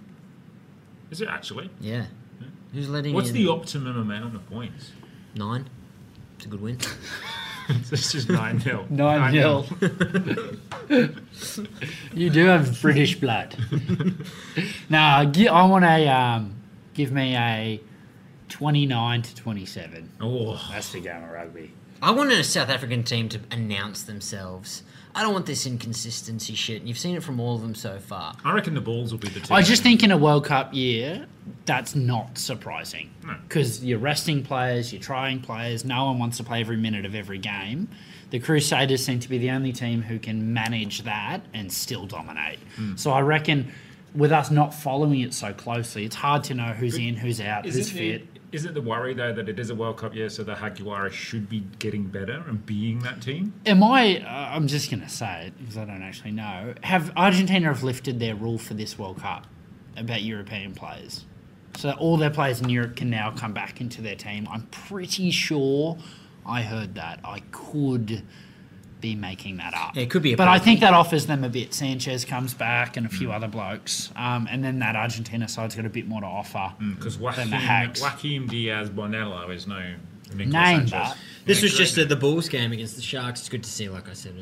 S1: Is it actually?
S2: Yeah. Who's letting
S1: What's
S2: in
S1: the optimum amount of points?
S2: nine? It's a good win.
S1: this is 9 0.
S3: Nine nil. you do have British blood. now, gi- I want a um, give me a 29 to 27.
S1: Oh,
S3: That's the game of rugby.
S2: I want a South African team to announce themselves. I don't want this inconsistency shit, and you've seen it from all of them so far.
S1: I reckon the balls will be the team.
S3: I just think in a World Cup year, that's not surprising
S1: No.
S3: because you're resting players, you're trying players. No one wants to play every minute of every game. The Crusaders seem to be the only team who can manage that and still dominate.
S1: Hmm.
S3: So I reckon, with us not following it so closely, it's hard to know who's in, who's out,
S1: Isn't
S3: who's
S1: the-
S3: fit.
S1: Isn't the worry though that it is a World Cup year, so the Haguara should be getting better and being that team?
S3: Am I? Uh, I'm just going to say it because I don't actually know. Have Argentina have lifted their rule for this World Cup about European players? So all their players in Europe can now come back into their team. I'm pretty sure I heard that. I could be making that up.
S2: Yeah, it could be a Mm.
S3: But I
S2: penalty.
S3: think that offers them a bit. Sanchez comes back and a few other blokes, um, and then that Argentina side's got a bit more to offer.
S2: Mm.
S1: Because
S3: the
S1: Joaquim,
S3: Hags.
S1: Joaquim Diaz Bonello is no Nicolas
S3: Name
S1: Sanchez.
S3: that.
S2: This was
S1: great
S2: just at the Bulls game against the Sharks. It's good to see, like I said.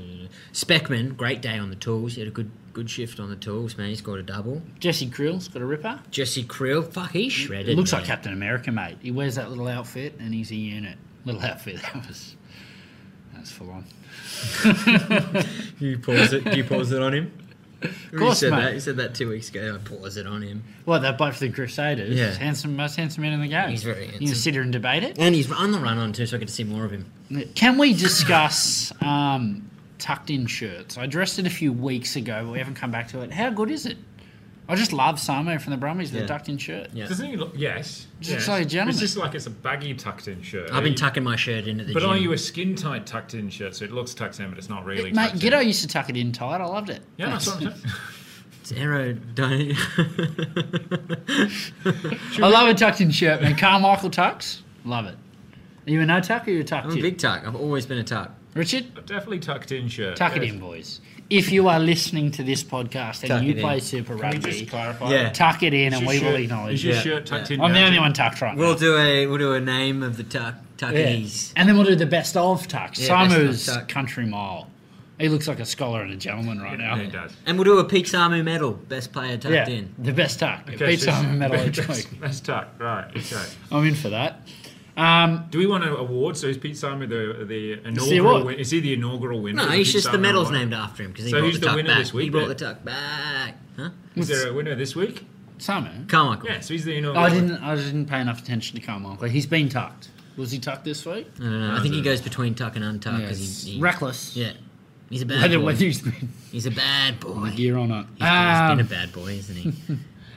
S2: Speckman, great day on the tools. He had a good good shift on the tools, man. He scored a double.
S3: Jesse Creel's got a ripper.
S2: Jesse Krill, fuck, he shredded.
S3: It looks
S2: man.
S3: like Captain America, mate. He wears that little outfit and he's a unit. Little outfit. That was that's full on.
S2: You pause it. Do you pause it on him? Of
S3: course,
S2: said
S3: mate.
S2: that. He said that two weeks ago. I pause it on him,
S3: What that bloke for the Crusaders?
S2: Yeah.
S3: He's handsome, most handsome man in the game.
S2: He's very
S3: You
S2: handsome.
S3: can sit here and debate it.
S2: and he's on the run on too, so I get to see more of him.
S3: Can we discuss um, tucked-in shirts? I addressed it a few weeks ago, but we haven't come back to it. How good is it? I just love Samo from the Brummies with
S2: Yeah.
S3: a tucked-in shirt.
S2: Yeah.
S1: Doesn't he look? Yes.
S3: Just
S1: yes.
S3: like a
S1: It's
S3: gentleman.
S1: just like it's a baggy tucked-in shirt.
S2: I've
S1: Are
S2: been
S1: you-
S2: tucking my shirt in at the
S1: But
S2: gym.
S1: are you a skin-tight tucked-in shirt? So it looks tucked in, but it's not really.
S3: Mate,
S1: tucked
S3: Giddo
S1: in.
S3: used to tuck it in tight. I loved it.
S1: Yeah, that's what I'm saying.
S2: It's aero, don't.
S3: I love a tucked-in shirt, man. Carmichael tucks, love it. Are you a no tuck or you a tuck?
S2: I'm a big tuck. I've always been a tuck.
S3: Richard.
S1: Definitely tucked-in shirt.
S3: Tuck it
S1: yes.
S3: in, boys. If you are listening to this podcast and
S2: Tuck
S3: you
S2: it in.
S3: play
S1: Can
S3: Super
S1: we
S3: Rugby,
S1: just clarify?
S2: Yeah.
S3: tuck it in
S1: Is
S3: and
S1: your
S3: we will
S1: shirt- Is
S3: acknowledge
S1: your
S2: Yeah.
S1: shirt tucked in?
S3: I'm the
S1: now,
S3: only
S1: Jim?
S3: one tucked right
S2: We'll
S3: now.
S2: do a we'll do a name of the tuck
S3: Yeah.
S2: tuckies.
S3: And then we'll do the best of tucks.
S2: Yeah, best of
S3: Samu's
S2: tuck.
S3: country mile. He looks like a scholar and a gentleman right
S1: Yeah, He
S3: now.
S1: does.
S2: And we'll do a Pete Samu medal, best player tucked
S3: Yeah,
S2: in.
S3: the best tuck. It
S1: Okay,
S3: beats
S1: so
S3: Samu medal each
S1: that's-
S3: week.
S1: That's tuck, right? Okay.
S3: I'm in for that. Um,
S1: Do we want an award? So is Pete Simon the the
S3: the
S1: inaugural?
S3: award.
S1: Win- is he the inaugural winner?
S2: No,
S1: of the
S2: he's
S1: Pete
S2: just the
S1: Simon
S2: medal's
S1: Award?
S2: named after him because he
S1: So
S2: brought
S1: who's
S2: the
S1: the
S2: tuck
S1: winner
S2: back.
S1: this week
S2: he brought the
S1: then?
S2: tuck back. Huh?
S1: Is there a winner this week?
S3: Samu.
S2: Carmichael.
S1: Yeah, so he's the inaugural.
S3: I didn't. I didn't pay enough attention to Carmichael. He's been tucked. Was he tucked this week?
S2: I don't know. I think he goes between tuck and untuck because he, he
S3: Reckless.
S2: yeah. He's a bad
S3: Whether,
S2: boy.
S3: whether he's been
S2: He's a bad boy. He's,
S3: gear or not.
S2: he's
S3: Um,
S2: been a bad boy, isn't he?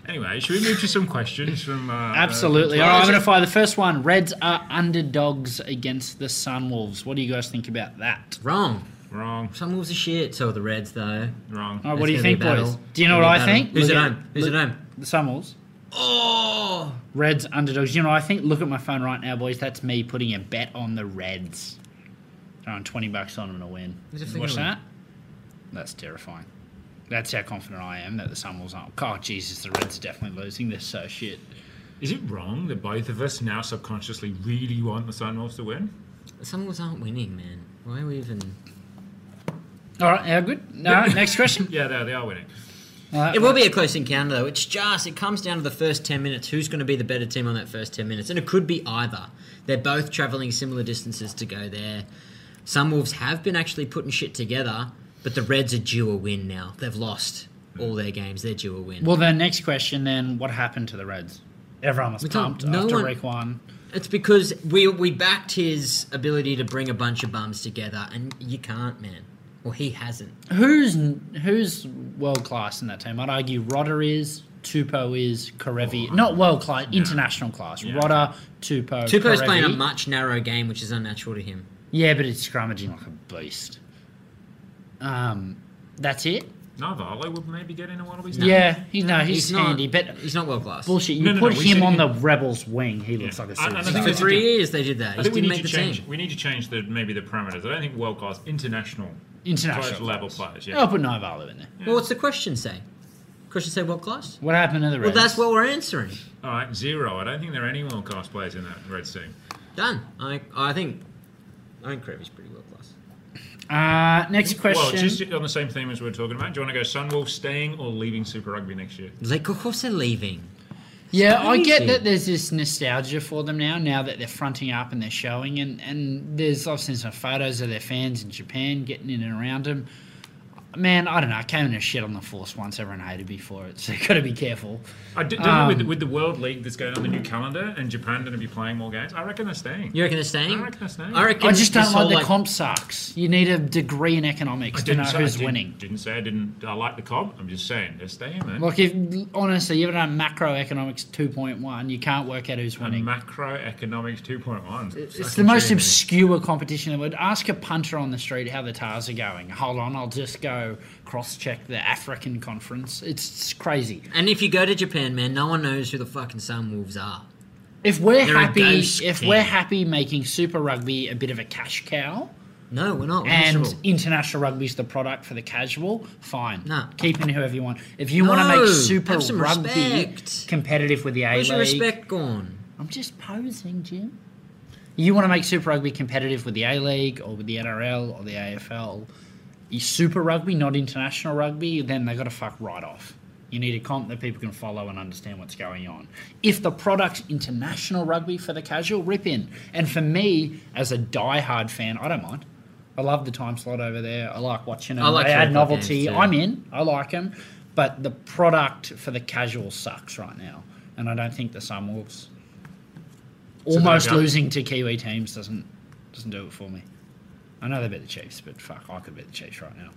S1: Anyway, should we move to some questions from? Uh,
S3: Absolutely.
S1: uh,
S3: All right, I'm going to fire the first one. Reds are underdogs against the Sunwolves. What do you guys think about that?
S2: Wrong.
S1: wrong,
S2: Some wolves are shit. So are the Reds though.
S1: wrong.
S3: All right,
S2: That's
S3: what do you
S2: gonna be
S3: think,
S2: a
S3: boys?
S2: battle.
S3: Do you know
S2: Gonna be a
S3: what I
S2: battle.
S3: think?
S2: Who's
S3: Look
S2: at
S3: at-
S2: home? Who's at
S3: look-
S2: home?
S3: The Sunwolves.
S2: Oh,
S3: Reds underdogs. You know what I think? Look at my phone right now, boys. That's me putting a bet on the Reds. Throwing 20 bucks on them to win.
S2: Who's the
S3: You
S2: thing
S3: Watch
S2: on it?
S3: that? That's terrifying. That's how confident I am that the Sunwolves aren't. Oh, Jesus, the Reds are definitely losing. They're so shit.
S1: Is it wrong that both of us now subconsciously really want the Sunwolves to win?
S2: some wolves aren't winning, man. Why are we even?
S3: All right, how good? No, next question.
S1: Yeah, they, they are winning.
S3: All right,
S2: It will be a close encounter, though. It's just, it comes down to the first 10 minutes. Who's going to be the better team on that first 10 minutes? And it could be either. They're both travelling similar distances to go there. Some Wolves have been actually putting shit together, but the Reds are due a win now. They've lost. all their games. They're due a win.
S3: Well, then next question then, what happened to the Reds? Everyone was
S2: We can't-
S3: pumped
S2: no
S3: after
S2: one-
S3: week one.
S2: It's because we we backed his ability to bring a bunch of bums together, and you can't, man. Well, he hasn't.
S3: Who's who's world class in that team? I'd argue Rodder is, Tupo is, Karevi. Not world class, international class.
S1: Oh, Yeah.
S3: Rodder, Tupo,
S2: Tupo's
S3: Karevi.
S2: playing a much narrow game, which is unnatural to him.
S3: Yeah, but it's scrummaging like a beast. Um, that's it.
S1: Navalo would maybe get into one of these.
S3: Yeah, he, no, he's,
S2: He's not-
S3: handy, but
S2: He's not world class.
S3: bullshit. You
S1: No, no, no,
S3: put
S1: we
S3: him
S1: should-
S3: on the Rebels wing, he looks
S1: Yeah.
S3: like a
S1: I- I don't
S3: suicide.
S1: think
S2: For
S1: it's-
S2: three years they did that.
S1: I
S2: He
S1: think we
S2: didn't
S1: need
S2: make
S1: to
S2: the
S1: change.
S2: team.
S1: We need to change the maybe the parameters. I don't think world class international
S3: international
S1: players, level
S3: players.
S1: players.
S3: I'll
S1: Yeah,
S3: put Novalu in there.
S2: Well,
S1: Mm.
S2: what's the question say? Question say world class?
S3: What happened to the
S2: Well,
S3: Reds?
S2: that's what we're answering.
S3: Oh.
S1: all right, zero. I don't think there are any world class players in that Reds team.
S2: Done. I I think I think Krevi's pretty world class.
S3: Uh, next question.
S1: Well, just on the same theme as we are talking about. Do you want to go Sunwolf staying or leaving Super Rugby next year?
S2: Like of course they're leaving.
S3: Yeah, I get
S2: Crazy.
S3: that there's this nostalgia for them now, now that they're fronting up and they're showing, and, and there's I've seen some photos of their fans in Japan getting in and around them. Man, I don't know. I came in a shit on the force once. Everyone hated me for it, so got to be careful.
S1: I Uh, d- don't
S3: Um,
S1: know with, the- with the World League that's going on the new calendar and Japan going to be playing more games. I reckon they're staying.
S2: You reckon they're staying?
S1: I reckon they're staying.
S2: I reckon
S3: I just don't
S2: this
S3: like
S2: whole,
S3: the comp sucks. You need a degree in economics
S1: I
S3: to know
S1: say- I
S3: who's winning.
S1: Didn't say I didn't. I like the comp. I'm just saying they're staying, man.
S3: Like, if honestly, you've done macroeconomics 2.1, you can't work out who's
S1: and
S3: winning.
S1: macroeconomics 2.1.
S3: It's the most obscure competition in the world. Ask a punter on the street how the TARs are going. Hold on, I'll just go cross check the African conference. It's crazy.
S2: And if you go to Japan, man, no one knows who the fucking Sunwolves are.
S3: If we're
S2: They're a
S3: happy,
S2: ghost
S3: if
S2: team.
S3: we're happy making Super Rugby a bit of a cash cow,
S2: No, we're not. We're
S3: and E
S2: miserable.
S3: international rugby's the product for the casual, fine.
S2: No.
S3: Keep in whoever you want. If you
S2: No,
S3: want to make Super
S2: have some
S3: Rugby
S2: respect.
S3: competitive with the A
S2: where's your
S3: League,
S2: respect gone?
S3: I'm just posing, Jim. You want to make Super Rugby competitive with the A League or with the NRL or the AFL? Is Super Rugby not international rugby? Then they got to fuck right off. You need a comp that people can follow and understand what's going on. If the product's international rugby for the casual, rip in. And for me, as a diehard fan, I don't mind. I love the time slot over there. I like watching them.
S2: I like
S3: they add
S2: three o'clock games
S3: novelty.
S2: too.
S3: I'm in. I like them. But the product for the casual sucks right now. And I don't think the Sunwolves almost
S1: there we go.
S3: losing to Kiwi teams doesn't doesn't do it for me. I know they bet the Chiefs, but fuck, I could bet the Chiefs right now.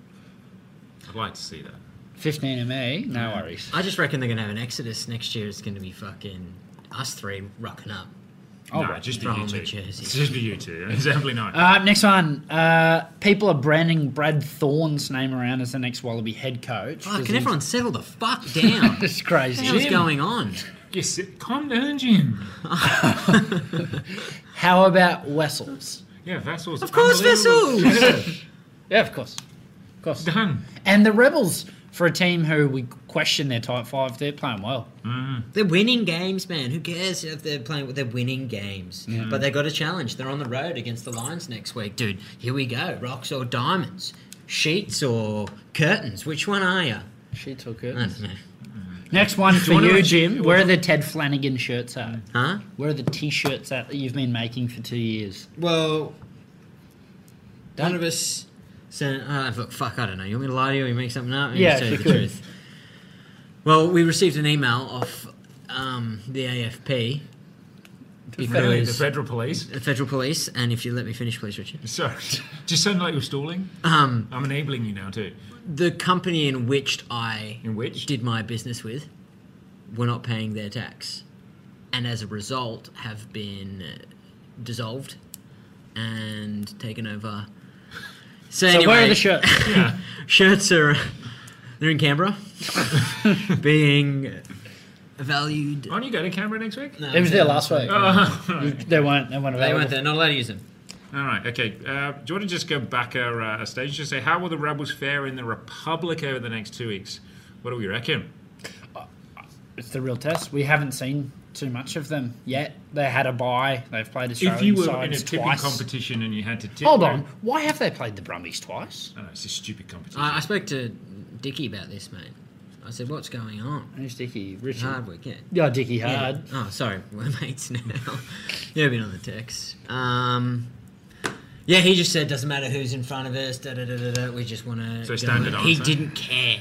S1: I'd like to see that.
S3: Fifteen to me, no worries.
S2: I just reckon they're gonna have an exodus next year. It's gonna be fucking us three rocking up.
S3: Oh,
S1: no,
S3: right.
S1: just be
S2: Throw
S1: you
S2: on
S1: two.
S2: the jersey.
S1: Just be you two. It's definitely not.
S3: Uh, next one. Uh, people are branding Brad Thorne's name around as the next Wallaby head coach.
S2: Oh,
S3: Does
S2: can
S3: he-
S2: everyone settle the fuck down?
S3: It's crazy.
S2: What's going on?
S1: yes, it- calm down, Jim.
S3: How about Wessels?
S1: Yeah, Vessels.
S2: Of course,
S1: unbelievable.
S3: Yeah, of course, of course.
S1: Done.
S3: And the Rebels for a team who we question their type five, they're playing well.
S2: They're winning games, man. Who cares if they're playing? They're winning games, but they got a challenge. They're on the road against the Lions next week, dude. Here we go. Rocks or diamonds, sheets or curtains. Which one are you?
S3: She took
S2: I
S3: it.
S2: don't know.
S3: Next one for
S1: wanna-
S3: you, Jim. Where are the Ted Flanagan shirts at?
S2: Huh?
S3: Where are the t-shirts at that you've been making for two years?
S2: Well, none of us. So, uh, look, fuck, I don't know. You want me to lie to you or you make something up? Let me
S3: Yeah,
S2: just tell you
S3: if
S2: the
S3: you could.
S2: truth. Well, we received an email off um, the AFP,
S1: Really, the
S2: because-
S1: federal police.
S2: the Federal Police, and if you let me finish, please, Richard.
S1: Sorry, just sounded like you're stalling.
S2: Um,
S1: I'm enabling you now too.
S2: the company in which I
S1: In which?
S2: did my business with were not paying their tax, and as a result, have been uh, dissolved and taken over. So,
S3: So
S2: anyway,
S3: where are the shirts?
S1: Yeah.
S2: shirts are they're in Canberra, being valued.
S1: Aren't you going to Canberra next week?
S2: No,
S3: it was there last week.
S1: Oh,
S3: You- they weren't. They weren't available.
S2: They weren't there. Not allowed to use them.
S1: All right, okay. Uh, do you want to just go back a, uh, a stage? Just say, how will the rebels fare in the Republic over the next two weeks? What do we reckon?
S3: It's the real test. We haven't seen too much of them yet. They had a bye. They've played Australian
S1: if you were in a
S3: sides
S1: tipping
S3: twice.
S1: competition and you had to tip,
S3: Hold on. Why have they played the Brumbies twice?
S1: I know, it's a stupid competition.
S2: I, I spoke to Dickie about this, mate. I said, "What's going on?"
S3: Who's Dicky? Richard.
S2: Hardwick, yeah.
S3: yeah, Dicky
S2: Yeah.
S3: Hard.
S2: Oh, sorry, we're mates now. yeah, been on the text. Um, yeah, he just said doesn't matter who's in front of us. Da da da da. da. We just want to.
S1: So standard
S2: He
S1: answer.
S2: didn't care.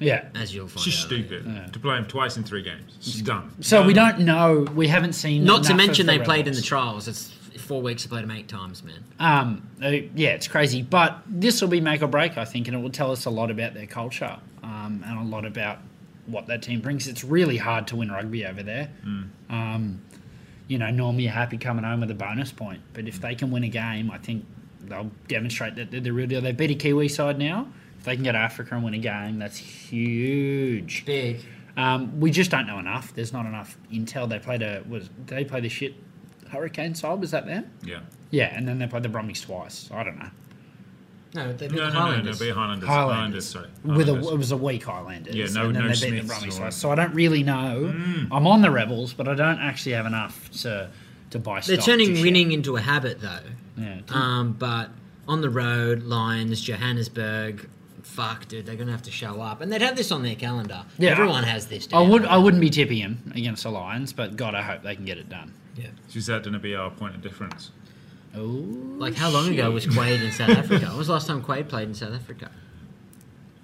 S3: Yeah.
S2: as you'll find
S1: She's
S2: out. later.
S1: stupid to play him twice in three games. She's dumb.
S3: So we don't know. We haven't seen.
S2: Not to
S3: enough
S2: mention
S3: of
S2: they played in the
S3: Rebels.
S2: trials. It's four weeks to play them eight times, man.
S3: um, uh, yeah, it's crazy. But this will be make or break, I think, and it will tell us a lot about their culture um, and a lot about what that team brings. It's really hard to win rugby over there. Um, you know, normally you're happy coming home with a bonus point, but if they can win a game, I think they'll demonstrate that they're the real deal. They beat a Kiwi side now. If they can get Africa and win a game, that's huge.
S2: Big.
S3: Um, we just don't know enough. There's not enough intel. They played a was they played the shit Hurricane side. Was that them?
S1: Yeah.
S3: Yeah, and then they played the Brumbies twice. I don't know.
S2: No, they beat
S1: No, no, no,
S2: the
S1: no,
S2: Highlanders.
S1: be Highlanders. Highlanders.
S3: Highlanders.
S1: sorry.
S3: With a,
S1: Highlanders.
S3: it was a weak Highlanders.
S1: Oh, Yeah, no-
S3: and then
S1: no
S3: they beat
S1: Smiths
S3: the Brumbies
S1: or- Hmm.
S3: twice. So I don't really know. I'm on the Rebels, but I don't actually have enough to to buy.
S2: They're
S3: stock
S2: turning
S3: just yet.
S2: winning into a habit, though.
S3: Yeah.
S2: Um, but on the road, Lions, Johannesburg, fuck, dude, they're going to have to show up. And they'd have this on their calendar.
S3: Yeah.
S2: Everyone has this.
S1: Ah.
S3: I
S2: down.
S3: would I wouldn't be tipping him against the Lions, but God, I hope they can get it done.
S2: Yeah.
S1: Is that going to be our point of difference?
S3: Oh,
S2: Like, how long ago was Quaid in South Africa? When was the last time Quaid played in South Africa?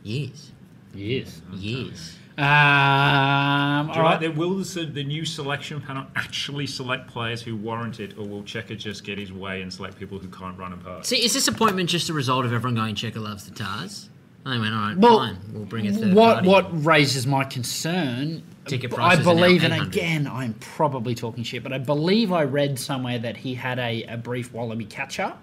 S2: Years.
S3: yes.
S2: Years.
S3: Um, all
S1: Do you
S3: right.
S1: like that? Will the, se- the new selection panel actually select players who warrant it, or will Checker just get his way and select people who can't run and pass?
S2: See, is this appointment just a result of everyone going, Checker loves the TARS? And they went, all right,
S3: Well,
S2: fine, we'll bring a third
S3: what
S2: party.
S3: what raises my concern
S2: Ticket
S3: b-
S2: prices
S3: I
S2: are now
S3: believe and
S2: 800.
S3: again I'm probably talking shit but I believe I read somewhere that he had a, a brief Wallaby catch up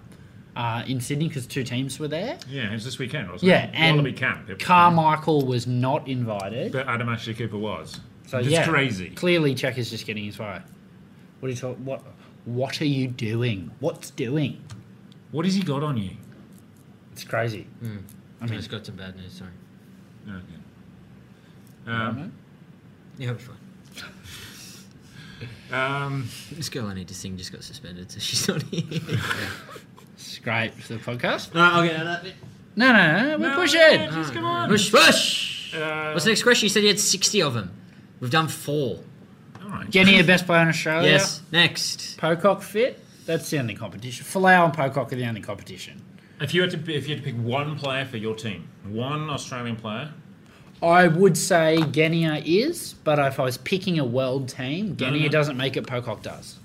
S3: uh, in Sydney because two teams were there
S1: Yeah, it was this weekend, wasn't
S3: yeah
S1: it?
S3: and
S1: Wallaby Camp. It-
S3: Carmichael was not invited
S1: but Adam Ashley Cooper was.
S3: so
S1: it's
S3: yeah
S1: crazy.
S3: clearly Checker's just getting his way what are you talk, what what are you doing what's doing
S1: What has he got on you?
S3: it's crazy I
S2: I
S3: mean
S2: just got some bad news, sorry.
S1: Okay.
S3: I
S1: Um,
S3: don't know.
S2: Yeah, I'll be fine.
S1: um,
S2: This girl I need to sing just got suspended, so she's not here.
S3: it's great for the podcast
S2: no, I'll get out of that bit.
S3: no no no we
S1: no,
S3: push
S1: oh, yeah,
S3: it
S1: Just come on.
S2: Push, push!
S1: Uh,
S2: What's the next question? You said you had 60 of them. We've done four.
S1: all right.
S3: Jenny a best player in Australia
S2: Yes, next.
S3: Pocock fit. That's the only competition. Falau and Pocock are the only competition.
S1: If you had to, p- if you had to pick one player for your team, one Australian player,
S3: I would say Genia is, but if I was picking a world team,
S1: No, no,
S3: Genia
S1: no.
S3: doesn't make it. Pocock does.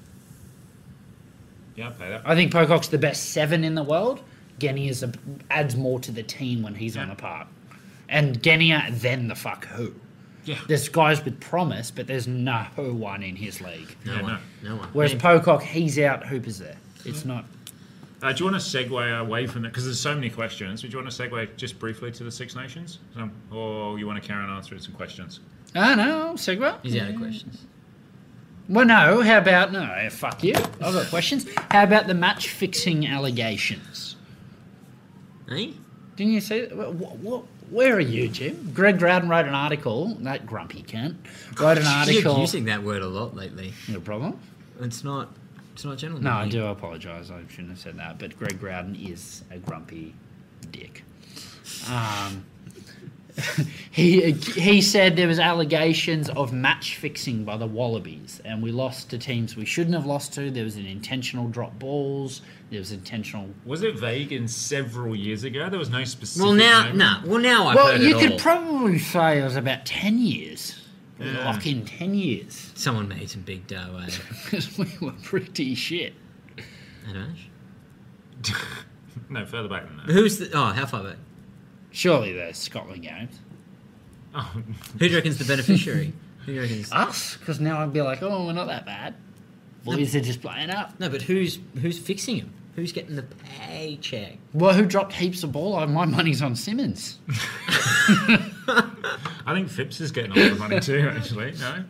S1: yeah, I'd play that.
S3: I think Pocock's the best seven in the world. Genia is a, adds more to the team when he's on
S1: Yeah.
S3: the park, and Genia then the fuck who?
S1: Yeah.
S3: There's guys with promise, but there's no one in his league.
S2: No
S1: Yeah, Mm.
S2: one. No, one.
S3: Whereas
S2: Name-
S3: Pocock, he's out. Hooper's there. It's not.
S1: Uh, do you want to segue away from that? Because there's so many questions. Would you want to segue just briefly to the Six Nations? Um, or you want to carry on answering some questions?
S3: Oh no, Segwa.
S2: He's out of questions.
S3: Well, no. How about no? Fuck you. I've got questions. How about the match fixing allegations?
S2: Eh?
S3: Didn't you see? What, what, where are you, Jim? Greg Groudon wrote an article. That grumpy cunt wrote an
S2: You're
S3: article.
S2: using that word a lot lately.
S3: No problem.
S2: It's not. It's not gentlemanly.
S3: No, I do apologise. I shouldn't have said that. But Greg Groudon is a grumpy dick. Um, he he said there was allegations of match fixing by the Wallabies, and we lost to teams we shouldn't have lost to. There was an intentional drop balls. There was intentional.
S1: Was it vague in several years ago? There was no specific.
S2: Well now,
S1: moment.
S2: nah. Well now I've
S3: well,
S2: heard
S3: you
S2: it
S3: could
S2: all.
S3: probably say it was about ten years. We
S1: Yeah.
S3: Lock in ten years
S2: Someone made some big dough. Eh?
S3: because we were pretty shit.
S2: Adam Ash?
S1: No, further back than that.
S2: Who's the? Oh, how far back?
S3: Surely the Scotland games.
S1: Oh,
S2: Who do you reckon's the beneficiary? Who do you reckon's?
S3: Us, because now I'd be like, oh, we're not that bad. Boys are just playing up.
S2: No, but who's who's fixing him? Who's getting the paycheck?
S3: Well, who dropped heaps of ball? I- My money's on Simmons.
S1: I think Phipps is getting a lot of money too, actually. No?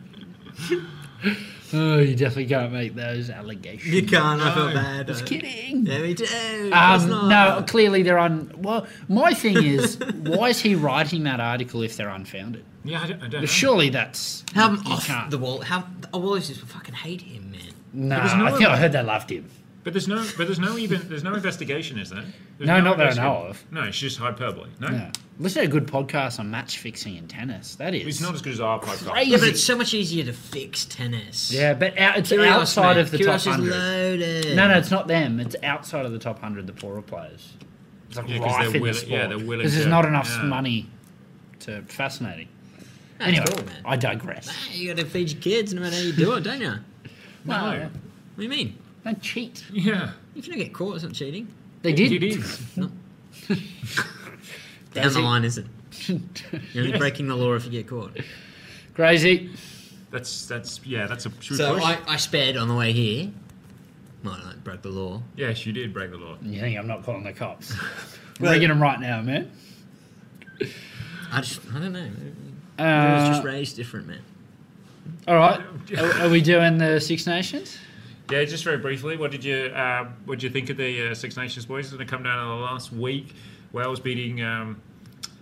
S3: Oh, you definitely can't make those
S2: You
S3: allegations.
S2: can't. I
S1: No,
S2: feel bad.
S3: Just
S2: eh?
S3: kidding.
S2: Yeah, we do. That's
S3: Um, no,
S2: not-
S3: clearly they're on. Well, my thing is, why is he writing that article if they're unfounded?
S1: Yeah, I don't, I don't know.
S3: Surely that's.
S2: How
S3: you
S2: off
S3: can't.
S2: the wall? How oh, the Wallabies just fucking hate him, man.
S3: Nah,
S1: was no
S3: I think I heard they loved him.
S1: But there's no, but there's no even, there's no investigation, is there? There's
S3: No, not that I
S1: investi-
S3: know of.
S1: No, it's just hyperbole. No,
S3: Yeah. Listen to a good podcast on match fixing in tennis. That is.
S1: it's not as good as our podcast.
S3: Crazy.
S2: Yeah, but it's so much easier to fix tennis.
S3: Yeah, but out, it's
S2: Kyrgios,
S3: outside
S2: mate.
S3: of the
S2: Kyrgios
S3: top
S2: is
S3: 100.
S2: loaded.
S3: No, no, it's not them. It's outside of the top 100, the poorer players. It's like
S1: Yeah, 'cause
S3: rife
S1: they're
S3: in the
S1: willi- yeah,
S3: sport.
S1: they're willing
S3: Because there's
S1: to-
S3: not enough
S1: yeah.
S3: money to fascinating.
S2: That's
S3: anyway,
S2: cool, man.
S3: I digress.
S2: Hey, you got to feed your kids no matter how you do it, don't you? What
S1: No.
S2: do you mean?
S3: don't cheat.
S1: Yeah.
S2: If you don't get caught, it's not cheating.
S3: They did.
S1: It is.
S2: Down the
S3: Doesn't-
S2: line, is it? You're only
S1: Yes.
S2: breaking the law if you get caught.
S3: Crazy.
S1: That's that's yeah. That's a true
S2: So
S1: push.
S2: I, I spared on the way here. Might not broke the law.
S1: yes, you did break the law.
S3: You think I'm not calling the cops?
S2: Well-
S3: Rigging them right now, man.
S2: I just, I don't know. I was
S3: Uh,
S2: just raised different, man.
S3: all right. Are, are we doing the Six Nations?
S1: Yeah, just very briefly. What did you uh, what did you think of the uh, Six Nations boys? Did they come down in the last week? Wales beating um,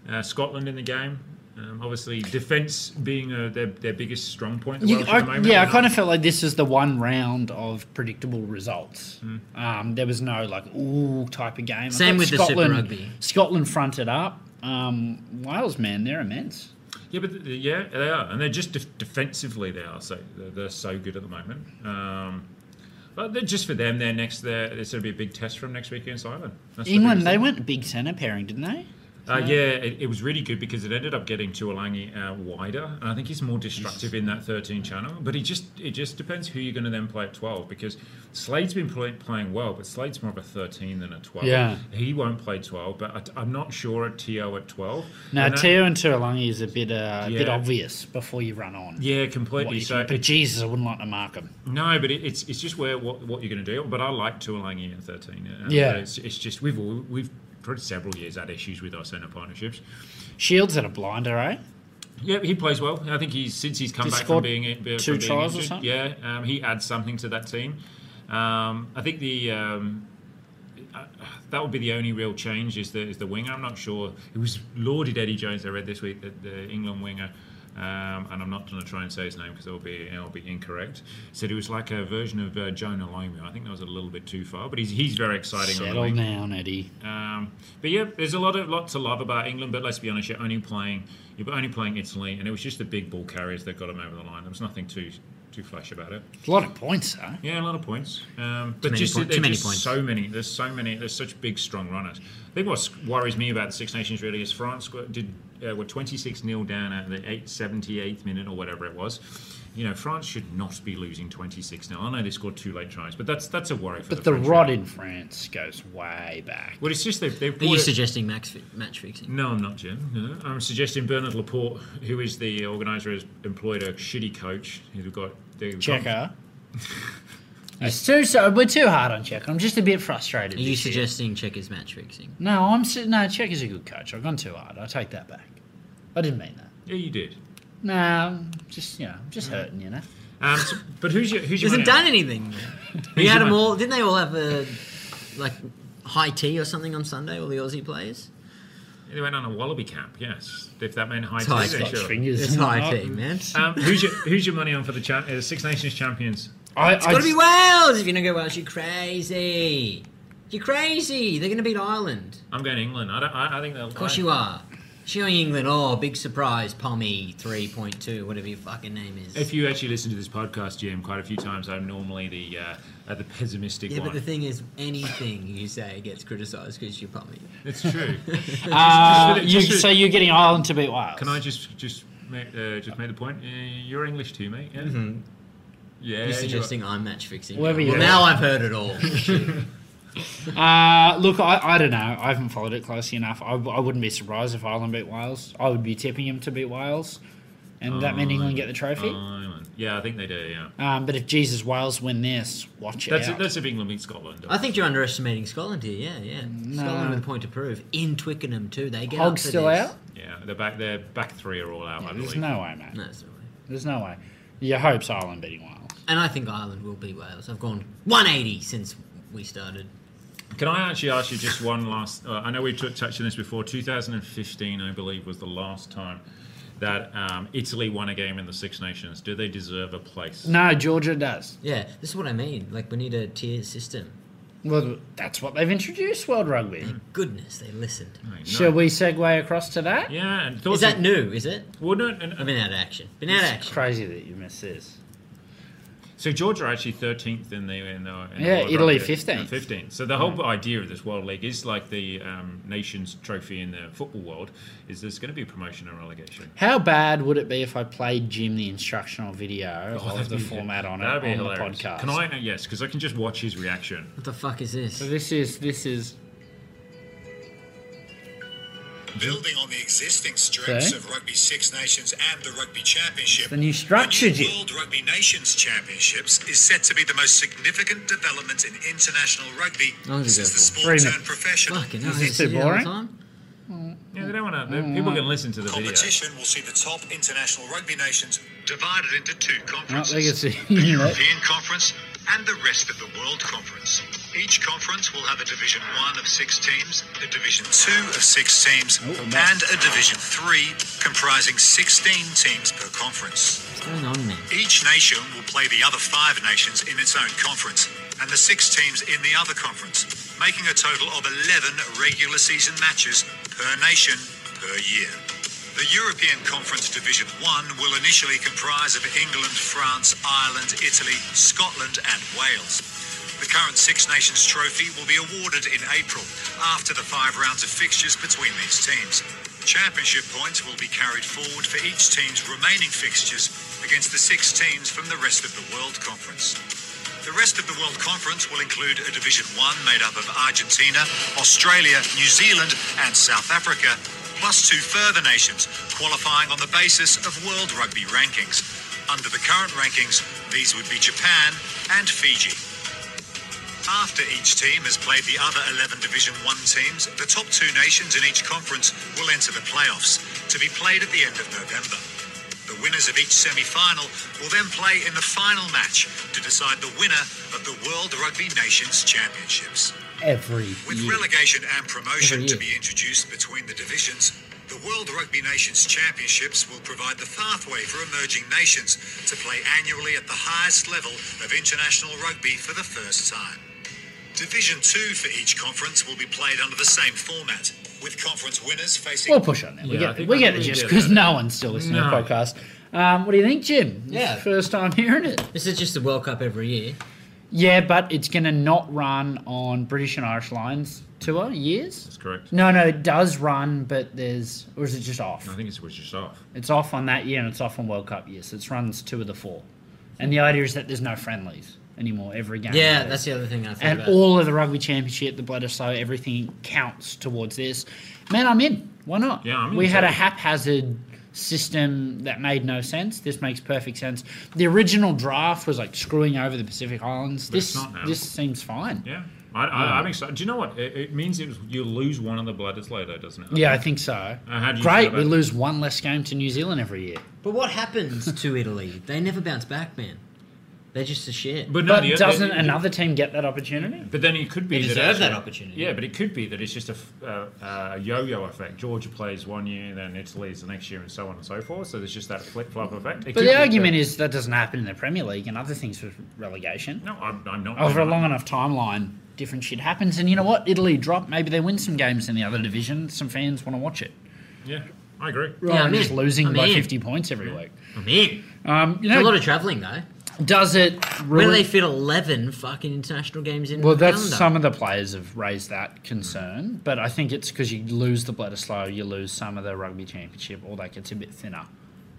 S1: uh, Scotland in the game. Um, obviously, defence being uh, their, their biggest strong point. the
S3: You-
S1: Welsh at
S3: I-
S1: the moment.
S3: yeah, I kind of felt like this is the one round of predictable results.
S1: Hmm.
S3: Um, there was no like ooh type of game. I
S2: Same
S3: thought
S2: with the Super Rugby.
S3: Scotland fronted up. Um, Wales, man, they're immense.
S1: Yeah, but th- th- yeah, they are, and they're just def- defensively they are so they're, they're so good at the moment. Um, but they're just for them, they're next. They're, it's going to be a big test from next week against Ireland. That's the
S3: England,
S1: biggest
S3: they went big centre pairing, didn't they?
S1: Uh, yeah, it, it was really good because it ended up getting Tuolangi uh, wider, and I think he's more destructive in that 13 channel. But it just it just depends who you're going to then play at 12 because Slade's been play, playing well, but Slade's more of a 13 than a 12.
S3: Yeah.
S1: he won't play 12, but I, am not sure at To at 12.
S3: No,
S1: And that-
S3: Teo and Tuolangi is a bit uh, a bit
S1: Yeah.
S3: obvious before you run on.
S1: Yeah,
S3: What
S1: completely.
S3: you
S1: So
S3: can- but
S1: it,
S3: Jesus, I wouldn't like to mark them.
S1: no, but it, it's it's just where what, what you're going to do. But I like Tuolangi in 13. uh,
S3: Yeah.
S1: but it's, it's just we've all- we've for several years had issues with our centre partnerships.
S3: Shields at a blinder, eh?
S1: Yeah, he plays well. I think he's since he's come
S3: Did he
S1: back
S3: score
S1: from being uh, from
S3: two
S1: being
S3: tries or
S1: injured,
S3: something?
S1: Yeah, um, he adds something to that team. Um, I think the um, uh, that would be the only real change is the is the winger. I'm not sure. It was lauded Eddie Jones. I read this week that the England winger. Um, and I'm not going to try and say his name because it'll be it'll be incorrect. Said he was like a version of uh, Jonah Lomu. I think that was a little bit too far, but he's he's very exciting. on the
S3: Settle
S1: wing.
S3: down, Eddie.
S1: Um, but yeah, there's a lot of lot to love about England. But let's be honest, you're only playing you're only playing Italy, and it was just the big ball carriers that got them over the line. There was nothing too too flash about it.
S3: A lot of points, though.
S1: Yeah, a lot of points. Um, but
S2: many
S1: just
S2: point-
S1: there-
S2: too many
S1: just
S2: points.
S1: so many. There's so many. There's such big strong runners. I think what worries me about the Six Nations really is France got- did uh, were 26 0 down at the 8, 78th minute or whatever it was. You know, France should not be losing 26 0 I know they scored two late tries, but that's that's a worry for
S3: But
S1: the
S3: the
S1: French.
S3: rod in France goes way back.
S1: Well, it's just they've, they've
S2: Are you
S1: brought it-
S2: suggesting max fi- match fixing?
S1: No, I'm not, Jim. No. I'm suggesting Bernard Laporte, who is the organizer, has employed a shitty coach who's got. they've got-
S3: Checker. it's too so. We're too hard on Checker. I'm just a bit frustrated.
S2: Are you
S3: this year.
S2: suggesting checkers match fixing?
S3: No, I'm su- no. Checker's a good coach. I've gone too hard. I take that back. I didn't mean that.
S1: Yeah, you did.
S3: No, I'm just you know, I'm just hurting. You know.
S1: Um, so- but who's your who's
S2: He
S1: your
S2: hasn't
S1: man out?
S2: done anything. We
S1: He's
S2: had them
S1: right.
S2: all. Didn't they all have a like high tea or something on Sunday? All the Aussie players.
S1: They went on a wallaby camp. Yes, if that meant high
S2: high
S1: tea, then
S2: touch
S1: sure.
S3: fingers.
S2: It's high tea, man.
S1: Um, who's your who's your money on for the cha- uh, Six Nations champions?
S3: I,
S2: It's
S3: I
S2: got to be
S3: just-
S1: uh,
S2: Wales. If you're gonna go Wales, you're crazy. You're crazy. They're gonna beat Ireland.
S1: I'm going England. I don't. I, I think they'll.
S2: Of course you are. Showing England, oh, big surprise, Pommy 3.2, whatever your fucking name is.
S1: If you actually listen to this podcast, Jim, quite a few times, I'm normally the uh, uh, the pessimistic
S2: yeah,
S1: one.
S2: but the thing is, anything you say gets criticised because you're Pommy.
S1: it's true.
S3: Uh,
S1: Just- just-
S3: you,
S1: just-
S3: so you're getting Ireland to beat Wales.
S1: Can I just just make, uh, just make the point? Uh, you're English too, mate. Yeah. Yeah.
S2: Mm-hmm. You're
S1: you are.
S2: suggesting I'm match fixing.
S3: Whatever you
S2: well,
S3: are.
S2: now I've heard it all.
S3: Uh, look, I, I don't know. I haven't followed it closely enough. I, I wouldn't be surprised if Ireland beat Wales. I would be tipping him to beat Wales, and that meant England get the trophy.
S1: Ireland. Yeah, I think they do. Yeah,
S3: Um, but if Jesus Wales win this, watch it
S1: uh. that's
S3: out.
S1: that's if England beat Scotland.
S2: I think you're underestimating Scotland here, yeah, yeah. Scotland with a point to prove. In Twickenham, too, they get up
S3: Hog's
S2: for
S3: still
S2: this.
S3: out?
S1: Yeah, they're back. Their back three are all out. I
S3: There's
S1: believe.
S3: no way, mate.
S2: No, it's not right.
S3: There's no way. Your hopes Ireland beating Wales.
S2: And I think Ireland will beat Wales. I've gone 180 since we started.
S1: Can I actually ask you just one last? Uh, I know we t- touched on this before. 2015, I believe, was the last time that um, Italy won a game in the Six Nations. Do they deserve a place?
S3: No, Georgia does.
S2: Yeah, this is what I mean. Like, we need a tier system.
S3: Well, that's what they've introduced World Rugby.
S2: Goodness, they listened.
S1: Mm, No.
S3: Shall we segue across to that?
S1: Yeah, and
S2: Is
S1: thoughts
S2: that
S1: of-
S2: new, is it?
S1: Well, no, and-
S2: I've been out of action. Been out of
S3: It's
S2: action.
S3: crazy that you missed this.
S1: So Georgia are actually 13th in the in the in the
S3: Yeah,
S1: world
S3: Italy
S1: rugby.
S3: 15th.
S1: Yeah, 15th. So the whole idea of this World League is like the um, nations trophy in the football world. Is there's going to be promotion and relegation?
S3: How bad would it be if I played Jim the instructional video of the format on it
S1: Oh, That'd be
S3: on the
S1: hilarious.
S3: podcast?
S1: Can I? Yes, because I can just watch his reaction.
S2: What the fuck is this?
S3: So this is this is
S4: Building on the existing strengths
S3: Okay.
S4: of Rugby Six Nations and the Rugby Championship,
S3: the new structure,
S4: the
S3: Jim.
S4: World Rugby Nations Championships is set to be the most significant development in international rugby
S2: Long as it
S4: since the
S2: goes
S4: sport
S3: Three
S4: turned professional.
S2: Fucking hell,
S3: Is
S2: they
S3: this
S2: sit
S3: too
S2: there all the
S3: boring?
S2: time?
S1: Yeah, they don't want
S3: Mm.
S1: to. People can listen to the video.
S4: Competition will see the top international rugby nations divided into two
S3: Oh,
S4: conferences.
S3: they can see. you know,
S4: European Conference and the rest of the World Conference. Each conference will have a Division 1 of six teams, a Division 2 of six teams, and a Division 3 comprising 16 teams per conference.
S2: What's going on, man?
S4: Each nation will play the other five nations in its own conference and the six teams in the other conference, making a total of 11 regular season matches per nation per year. The European Conference Division 1 will initially comprise of England, France, Ireland, Italy, Scotland, and Wales. The current Six Nations Trophy will be awarded in April after the five rounds of fixtures between these teams. Championship points will be carried forward for each team's remaining fixtures against the six teams from the rest of the World Conference. The rest of the World Conference will include a Division 1 made up of Argentina, Australia, New Zealand, and South Africa, plus two further nations qualifying on the basis of World Rugby rankings. Under the current rankings, these would be Japan and Fiji. After each team has played the other 11 Division 1 teams, the top two nations in each conference will enter the playoffs, to be played at the end of November. The winners of each semi final will then play in the final match to decide the winner of the World Rugby Nations Championships.
S3: every
S4: With
S3: year.
S4: relegation and promotion
S2: Every
S4: to
S2: year.
S4: be introduced between the divisions, the World Rugby Nations Championships will provide the pathway for emerging nations to play annually at the highest level of international rugby for the first time. Division 2 for each conference will be played under the same format, with conference winners facing
S3: We'll push on that. We
S1: Yeah, I
S3: get,
S1: think
S3: we
S1: I
S3: get the
S1: really
S3: gist
S1: get
S3: because
S1: that.
S3: no one's still listening to
S1: No.
S3: the podcast. Um, what do you think, Jim?
S2: Yeah.
S3: First time hearing it.
S2: This is just the World Cup every year.
S3: Yeah, but it's going to not run on British and Irish Lions tour years.
S1: That's correct.
S3: No, no, it does run, but there's. Or is it just off?
S1: I think it's was just off.
S3: It's off on that year and it's off on World Cup year. So it runs two of the four. And the idea is that there's no friendlies anymore every game.
S2: Yeah, that's the other thing I thought
S3: And
S2: about.
S3: all of the rugby championship, the Bledisloe, everything counts towards this. Man, I'm in. Why not?
S1: Yeah, I'm in
S3: We had a
S1: too.
S3: haphazard system that made no sense. This makes perfect sense. The original draft was like screwing over the Pacific Islands.
S1: But it's
S3: this
S1: not now.
S3: this seems fine. Yeah.
S1: Yeah. I, I, I'm excited. Do you know what? It, it means it, you lose one of the Bledisloe, though, doesn't it?
S3: I think so.
S1: Uh, how do you feel
S3: Great,
S1: about
S3: we
S1: it?
S3: lose one less game to New Zealand every year.
S2: But what happens to Italy? They never bounce back, man. They're just a shit.
S1: But, no,
S3: But
S1: the- the-
S3: doesn't
S1: the-
S3: another team get that opportunity?
S1: But then it could be that
S2: They deserve that
S1: actually-
S2: opportunity.
S1: Yeah, but it could be that it's just a f- uh, uh, yo-yo effect. Georgia plays one year, then Italy is the next year, and so on and so forth. So there's just that flip-flop effect.
S3: But the argument is that doesn't happen in the Premier League and other things with relegation.
S1: no, I'm, I'm not.
S3: Over a long enough timeline, different shit happens. And you know what? Italy drop. Maybe they win some games in the other division. Some fans want to watch it.
S1: Yeah, I agree.
S2: Yeah,
S3: I'm
S2: I'm
S3: just
S2: in.
S3: losing
S2: I'm
S3: by
S2: in.
S3: 50 points every week.
S2: I'm in.
S3: Um, you
S2: It's a lot
S3: know,
S2: of travelling, though.
S3: does it
S2: Where do
S3: ruin?
S2: they fit 11 fucking international games in
S3: well,
S2: the
S3: that's
S2: calendar?
S3: some of the players have raised that concern, but I think it's because you lose the Bledisloe, you lose some of the rugby championship, all that gets a bit thinner,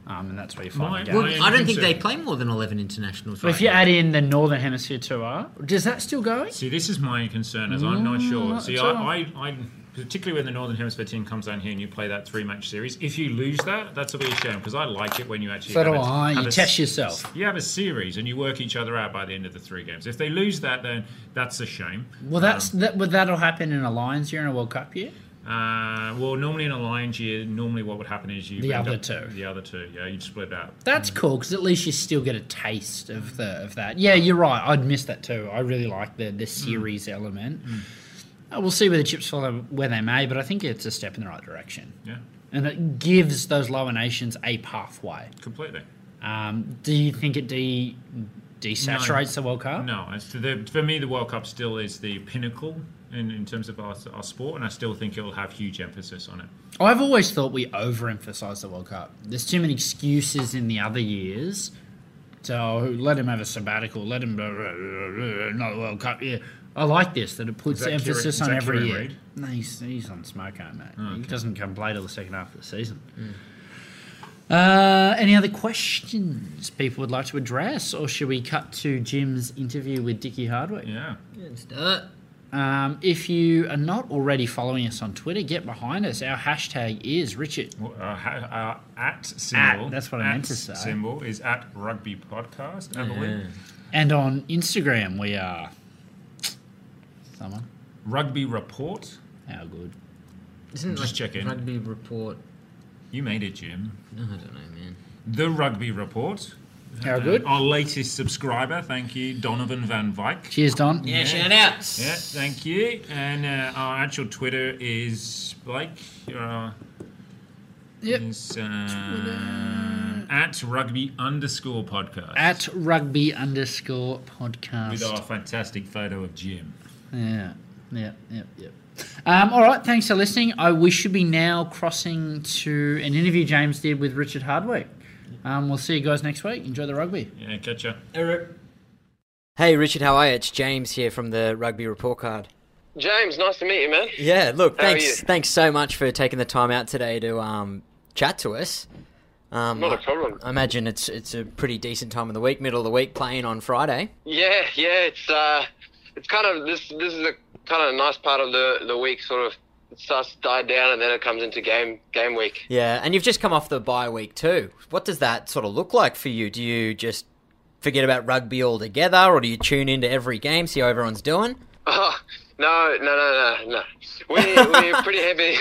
S3: um, and that's where you find
S1: My-
S3: the
S1: my
S3: gap.
S2: Well, I don't think
S1: concern-
S2: they play more than 11 internationals.
S3: But
S2: Right
S3: if you
S2: now.
S3: add in the Northern Hemisphere tour, does that still go?
S1: See, this is my concern, as I'm not sure. See,
S3: it's
S1: I,
S3: Mm, all
S1: I, I, particularly when the Northern Hemisphere team comes down here and you play that three-match series, if you lose that, that's a real shame because I like it when you actually.
S3: So
S1: have
S3: do
S1: a-
S3: I.
S1: have
S3: You
S1: a
S3: test
S1: s-
S3: yourself.
S1: You have a series and you work each other out by the end of the three games. If they lose that, then that's a shame.
S3: Well, that's that. Well, that'll happen in a Lions year and a World Cup year.
S1: Uh, well, normally in a Lions year, normally what would happen is you
S3: The
S1: bring
S3: other
S1: up-
S3: two.
S1: the other two, yeah, you'd split out.
S3: That's cool because at least you still get a taste of the of that. Yeah, you're right. I'd miss that too. I really like the the series element. Uh, we'll see where the chips fall where they may, but I think it's a step in the right direction,
S1: Yeah,
S3: and it gives those lower nations a pathway.
S1: completely.
S3: Um, do you think it de desaturates the World Cup?
S1: No, as to the, for me, the World Cup still is the pinnacle in, in terms of our, our sport, and I still think it will have huge emphasis on it.
S3: I've always thought we overemphasize the World Cup. There's too many excuses in the other years So let him have a sabbatical. Let him not World Cup. Yeah, I like this that it puts
S1: Is that Kieran-
S3: emphasis
S1: is
S3: on
S1: that
S3: every
S1: Kieran
S3: year.
S1: Reid? Oh,
S3: No, he's, he's on Smoko, mate. He doesn't come play till the second half of the season.
S1: Hmm.
S3: Uh, any other questions people would like to address, or should we cut to Jim's interview with Dickie Hardwick?
S1: Yeah.
S2: Let's do it.
S3: Um, if you are not already following us on Twitter, get behind us. Our hashtag is Richard.
S1: Well, uh, ha- uh, at symbol.
S3: that's what I
S1: at
S3: meant to say.
S1: Symbol is at rugby podcast. I believe.
S3: And on Instagram, we are. Someone?
S1: Rugby report.
S3: How good.
S2: Isn't it
S1: Just
S2: like
S1: checking.
S2: rugby report?
S1: You made it, Jim.
S2: No, I don't know, man.
S1: The rugby report.
S3: How
S1: Uh,
S3: good.
S1: Our latest subscriber. Thank you, Donovan Van Vyk.
S3: Cheers, Don.
S2: Yeah, shout outs.
S1: Yeah, thank you. And uh, our actual Twitter is Blake. Uh,
S3: Yep.
S1: is, um, at rugby underscore podcast.
S3: At rugby underscore
S1: with our
S3: podcast.
S1: fantastic photo of Jim.
S3: Yeah, yeah, yeah, yeah. Um, all right, thanks for listening. I, we should be now crossing to an interview James did with Richard Hardwick. Um, we'll see you guys next week. Enjoy the rugby.
S1: Yeah, catch ya.
S5: Hey Richard, how are you? It's James here from the Rugby Report Card.
S6: James, nice to meet you, man.
S5: Yeah, look,
S6: How are
S5: thanks,
S6: you?
S5: thanks so much for taking the time out today to um, chat to us. Um,
S6: Not a
S5: I-
S6: problem.
S5: I imagine it's it's a pretty decent time of the week, middle of the week, playing on Friday.
S6: Yeah, yeah, it's uh, it's kind of this. This is a kind of nice part of the the week. Sort of it starts to die down, and then it comes into game game week.
S5: Yeah, and you've just come off the bye week too. What does that sort of look like for you? Do you just forget about rugby altogether, or do you tune into every game, see how everyone's doing?
S6: Oh, no, no, no, no, no. We we're pretty heavy.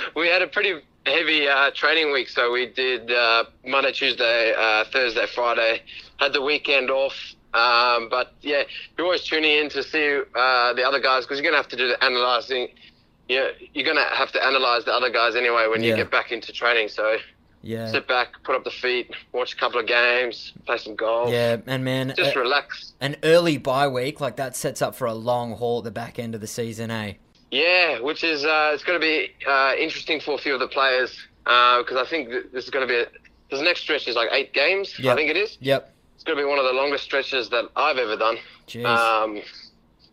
S6: we had a pretty heavy uh, training week, so we did uh, Monday, Tuesday, uh, Thursday, Friday. Had the weekend off. Um, but yeah, you're always tuning in to see uh, the other guys because you're gonna have to do the analyzing. Yeah, you're gonna have to analyze the other guys anyway when
S5: Yeah.
S6: you get back into training. So
S5: Yeah,
S6: sit back, put up the feet, watch a couple of games, play some golf,
S5: yeah, Uh, and man,
S6: just
S5: a-
S6: relax.
S5: an early bye week like that sets up for a long haul at the back end of the season, eh?
S6: Yeah, which is uh, it's going to be uh, interesting for a few of the players because I think th- this is going to be a, this next stretch is like eight games.
S5: Yeah.
S6: I think it is.
S5: Yep.
S6: It's going to be one of the longest stretches that I've ever done.
S5: Jeez.
S6: Um,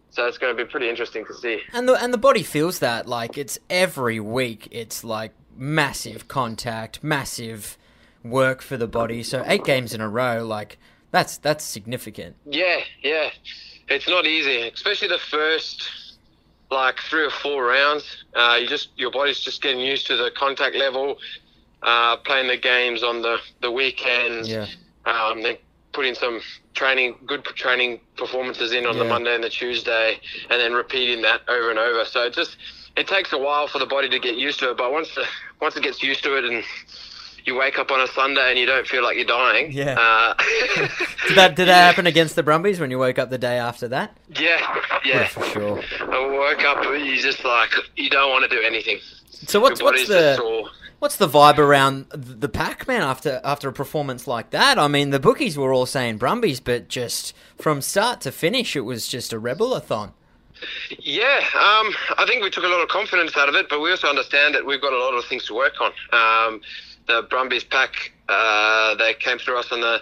S6: so it's going to be pretty interesting to see.
S5: And the and the body feels that like it's every week. It's like massive contact, massive work for the body. So eight games in a row, like that's that's significant.
S6: Yeah, yeah. It's not easy, especially the first like three or four rounds. Uh, you just your body's just getting used to the contact level, uh, playing the games on the the weekends.
S5: Yeah.
S6: Um, then putting some training, good training performances in on the
S5: Yeah.
S6: Monday and the Tuesday, and then repeating that over and over. So it just it takes a while for the body to get used to it, but once the, once it gets used to it and you wake up on a Sunday and you don't feel like you're dying.
S5: Yeah.
S6: Uh,
S5: Did that did that happen against the Brumbies when you woke up the day after that?
S6: Yeah, yeah.
S5: for sure.
S6: I woke up, you just like, you don't want to do anything.
S5: So what's
S6: Your
S5: what's
S6: body's
S5: the
S6: just sore.
S5: What's the vibe around th- the pack, man? After after a performance like that, I mean, the bookies were all saying Brumbies, but just from start to finish, it was just a rebel-a-thon.
S6: Yeah, um, I think we took a lot of confidence out of it, but we also understand that we've got a lot of things to work on. Um, the Brumbies pack, uh, they came through us on the,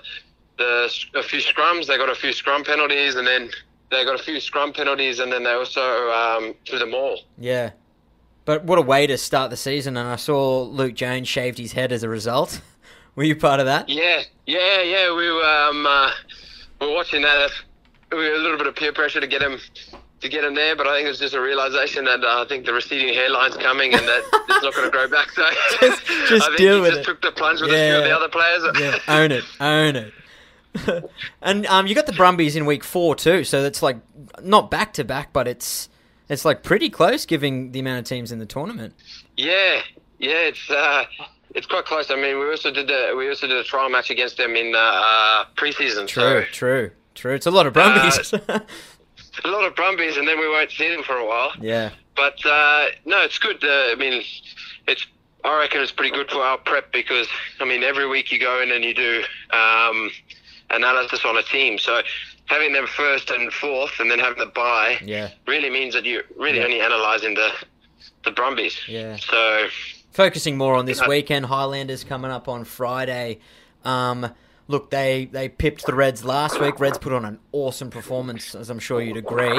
S6: the a few scrums. They got a few scrum penalties, and then they got a few scrum penalties, and then they also um, threw them all.
S5: Yeah, but what a way to start the season! And I saw Luke Jones shaved his head as a result. Were you part of that?
S6: Yeah, yeah, yeah. We were um, uh, we were watching that. That's- We were a little bit of peer pressure to get him to get him there, but I think it was just a realization that uh, I think the receding hairline's coming and that it's not going to grow back. So
S5: Just- just
S6: I think
S5: deal
S6: he
S5: with
S6: just
S5: it.
S6: took the plunge with a few of
S5: Yeah.
S6: the other players.
S5: Yeah, Uh, own it, own it. and um, you got the Brumbies in week four too, so that's like not back to back, but it's it's like pretty close, giving the amount of teams in the tournament.
S6: Yeah, yeah, it's uh, it's quite close. I mean, we also did the we also did a trial match against them in uh, uh, preseason. So
S5: True, true, true. It's a lot of Brumbies.
S6: Uh, a lot of Brumbies, and then we won't see them for a while.
S5: yeah.
S6: But uh, no, it's good. Uh, I mean, it's I reckon it's pretty good for our prep because I mean every week you go in and you do um, analysis on a team. So having them first and fourth, and then having the bye,
S5: Yeah.
S6: really means that you're really only analysing the the Brumbies.
S5: Yeah.
S6: So
S5: Focusing more on this
S6: Yeah.
S5: weekend, Highlanders coming up on Friday. Um,
S2: Look, they they pipped the Reds last week. Reds put on an awesome performance, as I'm sure you'd agree.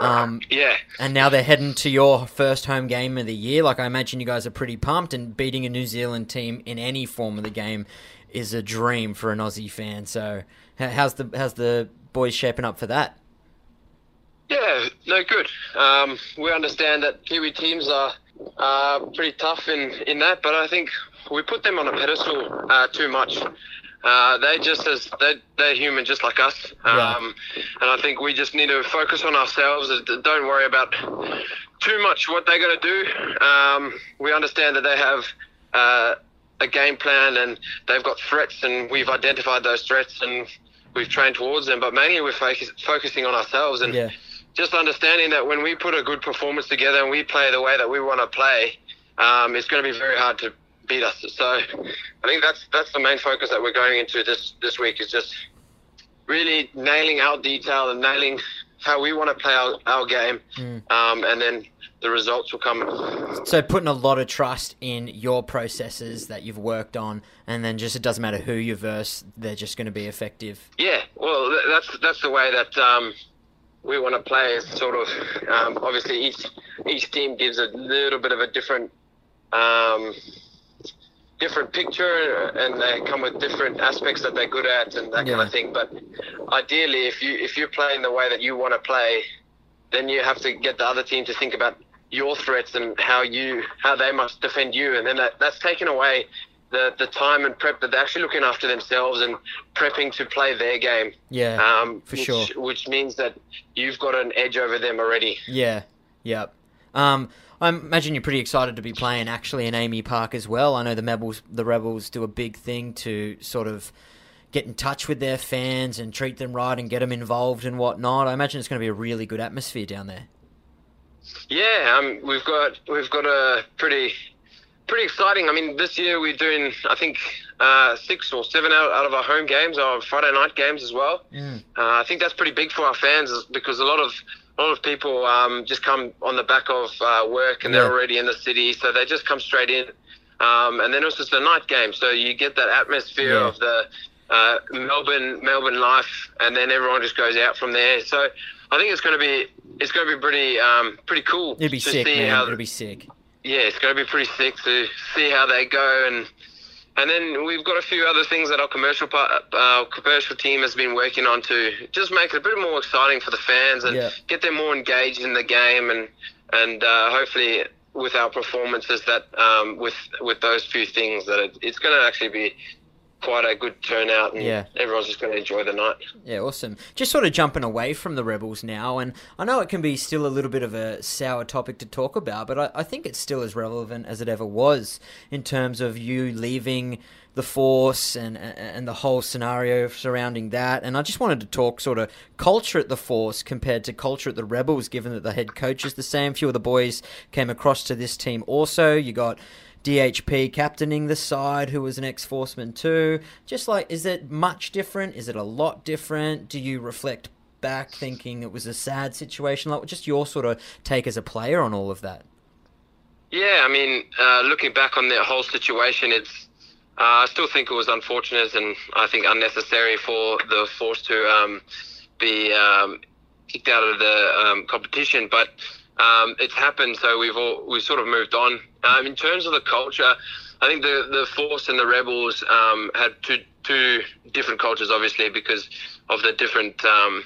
S2: Um,
S6: Yeah.
S2: and now they're heading to your first home game of the year. Like I imagine you guys are pretty pumped, and beating a New Zealand team in any form of the game is a dream for an Aussie fan. So h- how's the how's the boys shaping up for that?
S6: Yeah, no, good. Um, we understand that Kiwi teams are uh, pretty tough in, in that, but I think we put them on a pedestal uh, too much. Uh, they just as they they're human just like us, um, and I think we just need to focus on ourselves. and Don't worry about too much what they're going to do. Um, we understand that they have uh, a game plan and they've got threats, and we've identified those threats and we've trained towards them. But mainly we're focus, focusing on ourselves and
S2: Yeah.
S6: just understanding that when we put a good performance together and we play the way that we want to play, um, it's going to be very hard to beat us. So I think that's that's the main focus that we're going into this this week is just really nailing our detail and nailing how we want to play our, our game, um, and then the results will come
S2: So putting a lot of trust in your processes that you've worked on, and then just it doesn't matter who you verse, they're just going to be effective.
S6: Yeah, well, th- that's that's the way that um, we want to play. Is sort of um, obviously each each team gives a little bit of a different um, different picture, and they come with different aspects that they're good at and that kind
S2: Yeah.
S6: of thing. But ideally, if you if you're playing the way that you want to play, then you have to get the other team to think about your threats and how you how they must defend you and then that, that's taken away the, the time and prep that they're actually looking after themselves and prepping to play their game
S2: Yeah,
S6: um,
S2: for
S6: which,
S2: sure.
S6: which means that you've got an edge over them already
S2: Yeah, yep. Um, I imagine you're pretty excited to be playing actually in Amy Park as well. I know the Rebels, the Rebels do a big thing to sort of get in touch with their fans and treat them right and get them involved and whatnot. I imagine it's going to be a really good atmosphere down there.
S6: Yeah, um, we've got we've got a pretty pretty exciting. I mean, this year we're doing I think uh, six or seven out, out of our home games, our Friday night games as well.
S2: Mm.
S6: Uh, I think that's pretty big for our fans is- because a lot of a lot of people um, just come on the back of uh, work and
S2: Yeah.
S6: they're already in the city, so they just come straight in. Um, and then it's just a night game, so you get that atmosphere
S2: Yeah.
S6: of the uh, Melbourne Melbourne life, and then everyone just goes out from there. So I think it's going to be it's going to be pretty um, pretty cool
S2: It'd be
S6: to
S2: sick,
S6: see
S2: man.
S6: how-
S2: It'd be sick.
S6: yeah, it's going to be pretty sick to see how they go, and and then we've got a few other things that our commercial part, our commercial team has been working on to just make it a bit more exciting for the fans and
S2: Yeah.
S6: get them more engaged in the game, and and uh, hopefully with our performances that um, with with those few things that it, it's going to actually be quite a good turnout, and
S2: Yeah.
S6: everyone's just going to enjoy the night.
S2: Yeah, awesome. Just sort of jumping away from the Rebels now, and I know it can be still a little bit of a sour topic to talk about, but I, I think it's still as relevant as it ever was in terms of you leaving the force and and- and the whole scenario surrounding that. And I just wanted to talk sort of culture at the force compared to culture at the Rebels, given that the head coach is the same. Few of the boys came across to this team also. You got. DHP captaining the side, who was an ex forceman too. Just like, is it much different? Is it a lot different? Do you reflect back thinking it was a sad situation? Like, just your sort of take as a player on all of that.
S6: Yeah, I mean, uh, looking back on that whole situation, it's uh, I still think it was unfortunate and I think unnecessary for the force to um, be um, kicked out of the um, competition, but um, it's happened. So we've all we sort of moved on. Um, in terms of the culture, I think the the force and the rebels um, had two two different cultures, obviously, because of the different. Um,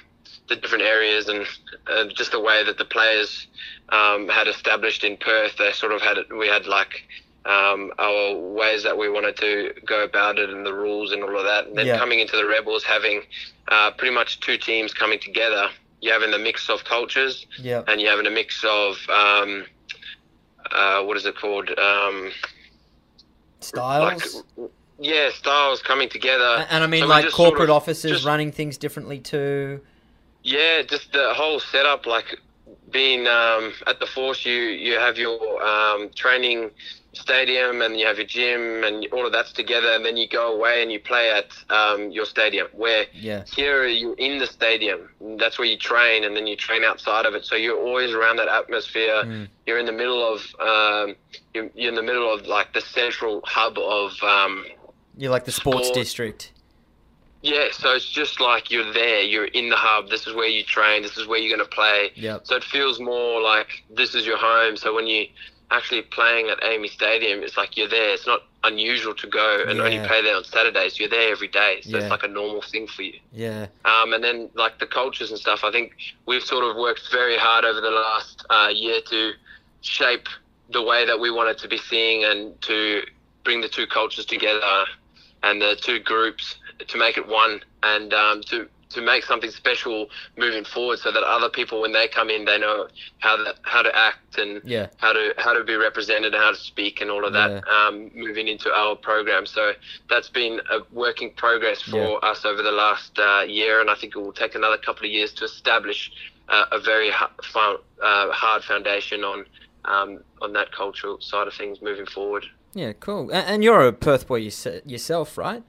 S6: the different areas and uh, just the way that the players um, had established in Perth. They sort of had it. We had like um, our ways that we wanted to go about it and the rules and all of that. And then
S2: Yeah.
S6: coming into the Rebels, having uh, pretty much two teams coming together. You're having the mix of cultures
S2: Yeah.
S6: and you're having a mix of um, uh, what is it called? Um, like
S2: Styles.
S6: yeah, styles coming together.
S2: and, and I mean,
S6: So we
S2: like,
S6: just sort
S2: corporate
S6: of-
S2: offices
S6: just-
S2: running things differently too.
S6: Yeah, just the whole setup, like being um, at the force, you you have your um, training stadium and you have your gym and all of that's together, and then you go away and you play at um, your stadium. Where
S2: Yeah.
S6: here you're in the stadium, that's where you train, and then you train outside of it. So you're always around that atmosphere. You're in the middle of um, you're, you're in the middle of like the central hub of um,
S2: You're like the sports
S6: Sport.
S2: district.
S6: Yeah, so it's just like you're there, you're in the hub, this is where you train, this is where you're going to play.
S5: Yep.
S6: So it feels more like this is your home. So when you actually playing at Amy Stadium, it's like you're there. It's not unusual to go and only
S5: Yeah.
S6: play there on Saturdays. You're there every day. So
S5: Yeah.
S6: it's like a normal thing for you.
S5: Yeah.
S6: Um, and then like the cultures and stuff, I think we've sort of worked very hard over the last uh, year to shape the way that we wanted to be seeing and to bring the two cultures together and the two groups to make it one and um, to to make something special moving forward, so that other people when they come in, they know how to, how to act and
S5: Yeah.
S6: how to how to be represented, how to speak, and all of that. Um, moving into our program, so that's been a work in progress for
S5: Yeah.
S6: us over the last uh, year, and I think it will take another couple of years to establish uh, a very ha- fo- uh, hard foundation on um, on that cultural side of things moving forward.
S5: Yeah, cool. And, and you're a Perth boy yourse- yourself, right?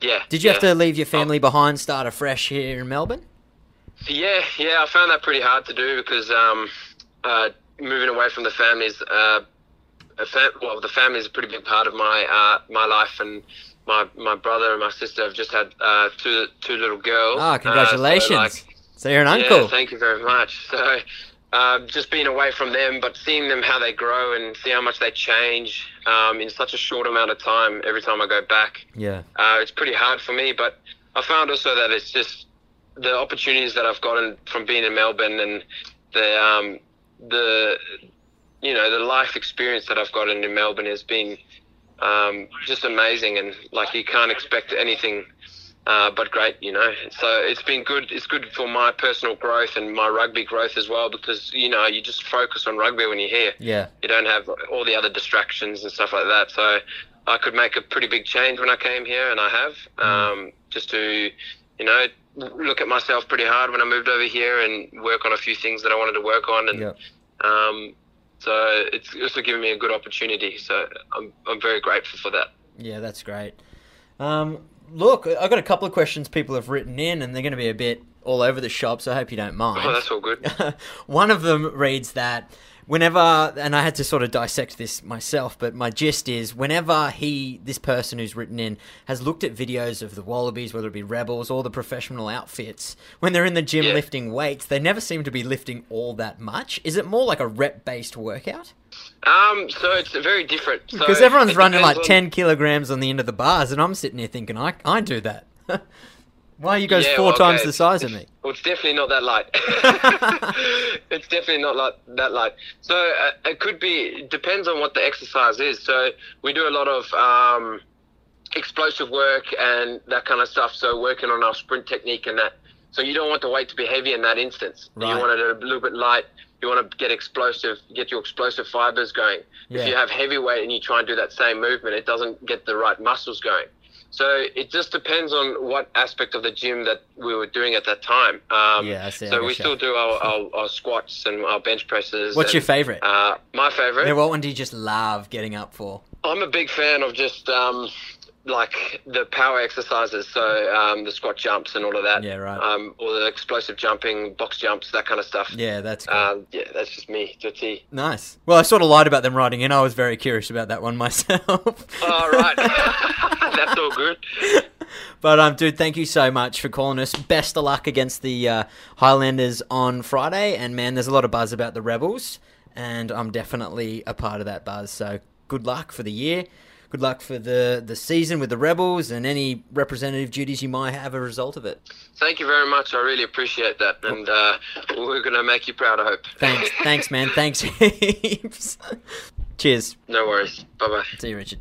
S6: Yeah.
S5: Did you have
S6: yeah.
S5: to leave your family behind, start afresh here in Melbourne?
S6: Yeah, yeah, I found that pretty hard to do because um, uh, moving away from the families, uh, a fa- well, the family is a pretty big part of my uh, my life, and my my brother and my sister have just had uh, two two little girls. Uh,
S5: Ah,
S6: so,
S5: congratulations.
S6: like,
S5: so you're an
S6: yeah,
S5: uncle.
S6: thank you very much. So, um, just being away from them, but seeing them how they grow and see how much they change um, in such a short amount of time. Every time I go back,
S5: yeah.
S6: uh, it's pretty hard for me, but I found also that it's just the opportunities that I've gotten from being in Melbourne and the um, the you know the life experience that I've gotten in Melbourne has been um, just amazing, and like you can't expect anything. Uh, but great, you know. So it's been good. It's good for my personal growth and my rugby growth as well, because you know you just focus on rugby when you're here
S5: Yeah.
S6: you don't have all the other distractions and stuff like that. So I could make a pretty big change when I came here, and I have
S5: Mm.
S6: um, just to, you know, look at myself pretty hard when I moved over here and work on a few things that I wanted to work on, and
S5: Yep.
S6: um, so it's also given me a good opportunity. So I'm I'm very grateful for that.
S5: Yeah, that's great. Um, look, I- I've got a couple of questions people have written in, and they're going to be a bit all over the shop, so I hope you don't mind.
S6: Oh, that's all good.
S5: One of them reads that whenever, and I had to sort of dissect this myself, but my gist is whenever he, this person who's written in, has looked at videos of the Wallabies, whether it be Rebels or the professional outfits, when they're in the gym
S6: Yeah.
S5: lifting weights, they never seem to be lifting all that much. Is it more like a rep based workout?
S6: Um, so it's very different. So
S5: Because everyone's
S6: it
S5: running like
S6: depends on-
S5: 10 kilograms on the end of the bars, and I'm sitting here thinking, I, I do that. Why are you guys
S6: Yeah,
S5: four
S6: well,
S5: times
S6: okay.
S5: the size of me?
S6: Well, it's definitely not that light. it's definitely not like that light. So uh, it could be it depends on what the exercise is. So we do a lot of um, explosive work and that kind of stuff. So working on our sprint technique and that. So you don't want the weight to be heavy in that instance.
S5: Right.
S6: You want it a little bit light. You want to get explosive, get your explosive fibers going.
S5: Yeah.
S6: If you have heavy weight and you try and do that same movement, it doesn't get the right muscles going. So it just depends on what aspect of the gym that we were doing at that time. Um,
S5: Yeah, I see, I
S6: So we
S5: gotcha.
S6: still do our, our, our squats and our bench presses.
S5: What's
S6: and,
S5: your favorite?
S6: Uh, my favorite.
S5: Yeah, what one do you just love getting up for?
S6: I'm a big fan of just um, like the power exercises, so um, the squat jumps and all of that.
S5: Yeah, right.
S6: Um, or the explosive jumping, box jumps, that kind of stuff.
S5: Yeah, that's cool.
S6: Um, yeah, that's just me to a T.
S5: nice. Well, I sort of lied about them writing in. I was very curious about that one myself.
S6: All right, that's all good.
S5: but um, dude, thank you so much for calling us. Best of luck against the uh, Highlanders on Friday. And man, there's a lot of buzz about the Rebels, and I'm definitely a part of that buzz. So good luck for the year. Good luck for the, the season with the Rebels and any representative duties you might have as a result of it.
S6: Thank you very much. I really appreciate that, and uh, we're gonna make you proud. I hope.
S5: Thanks, thanks, man. Thanks heaps. Cheers.
S6: No worries. Bye bye.
S5: See you, Richard.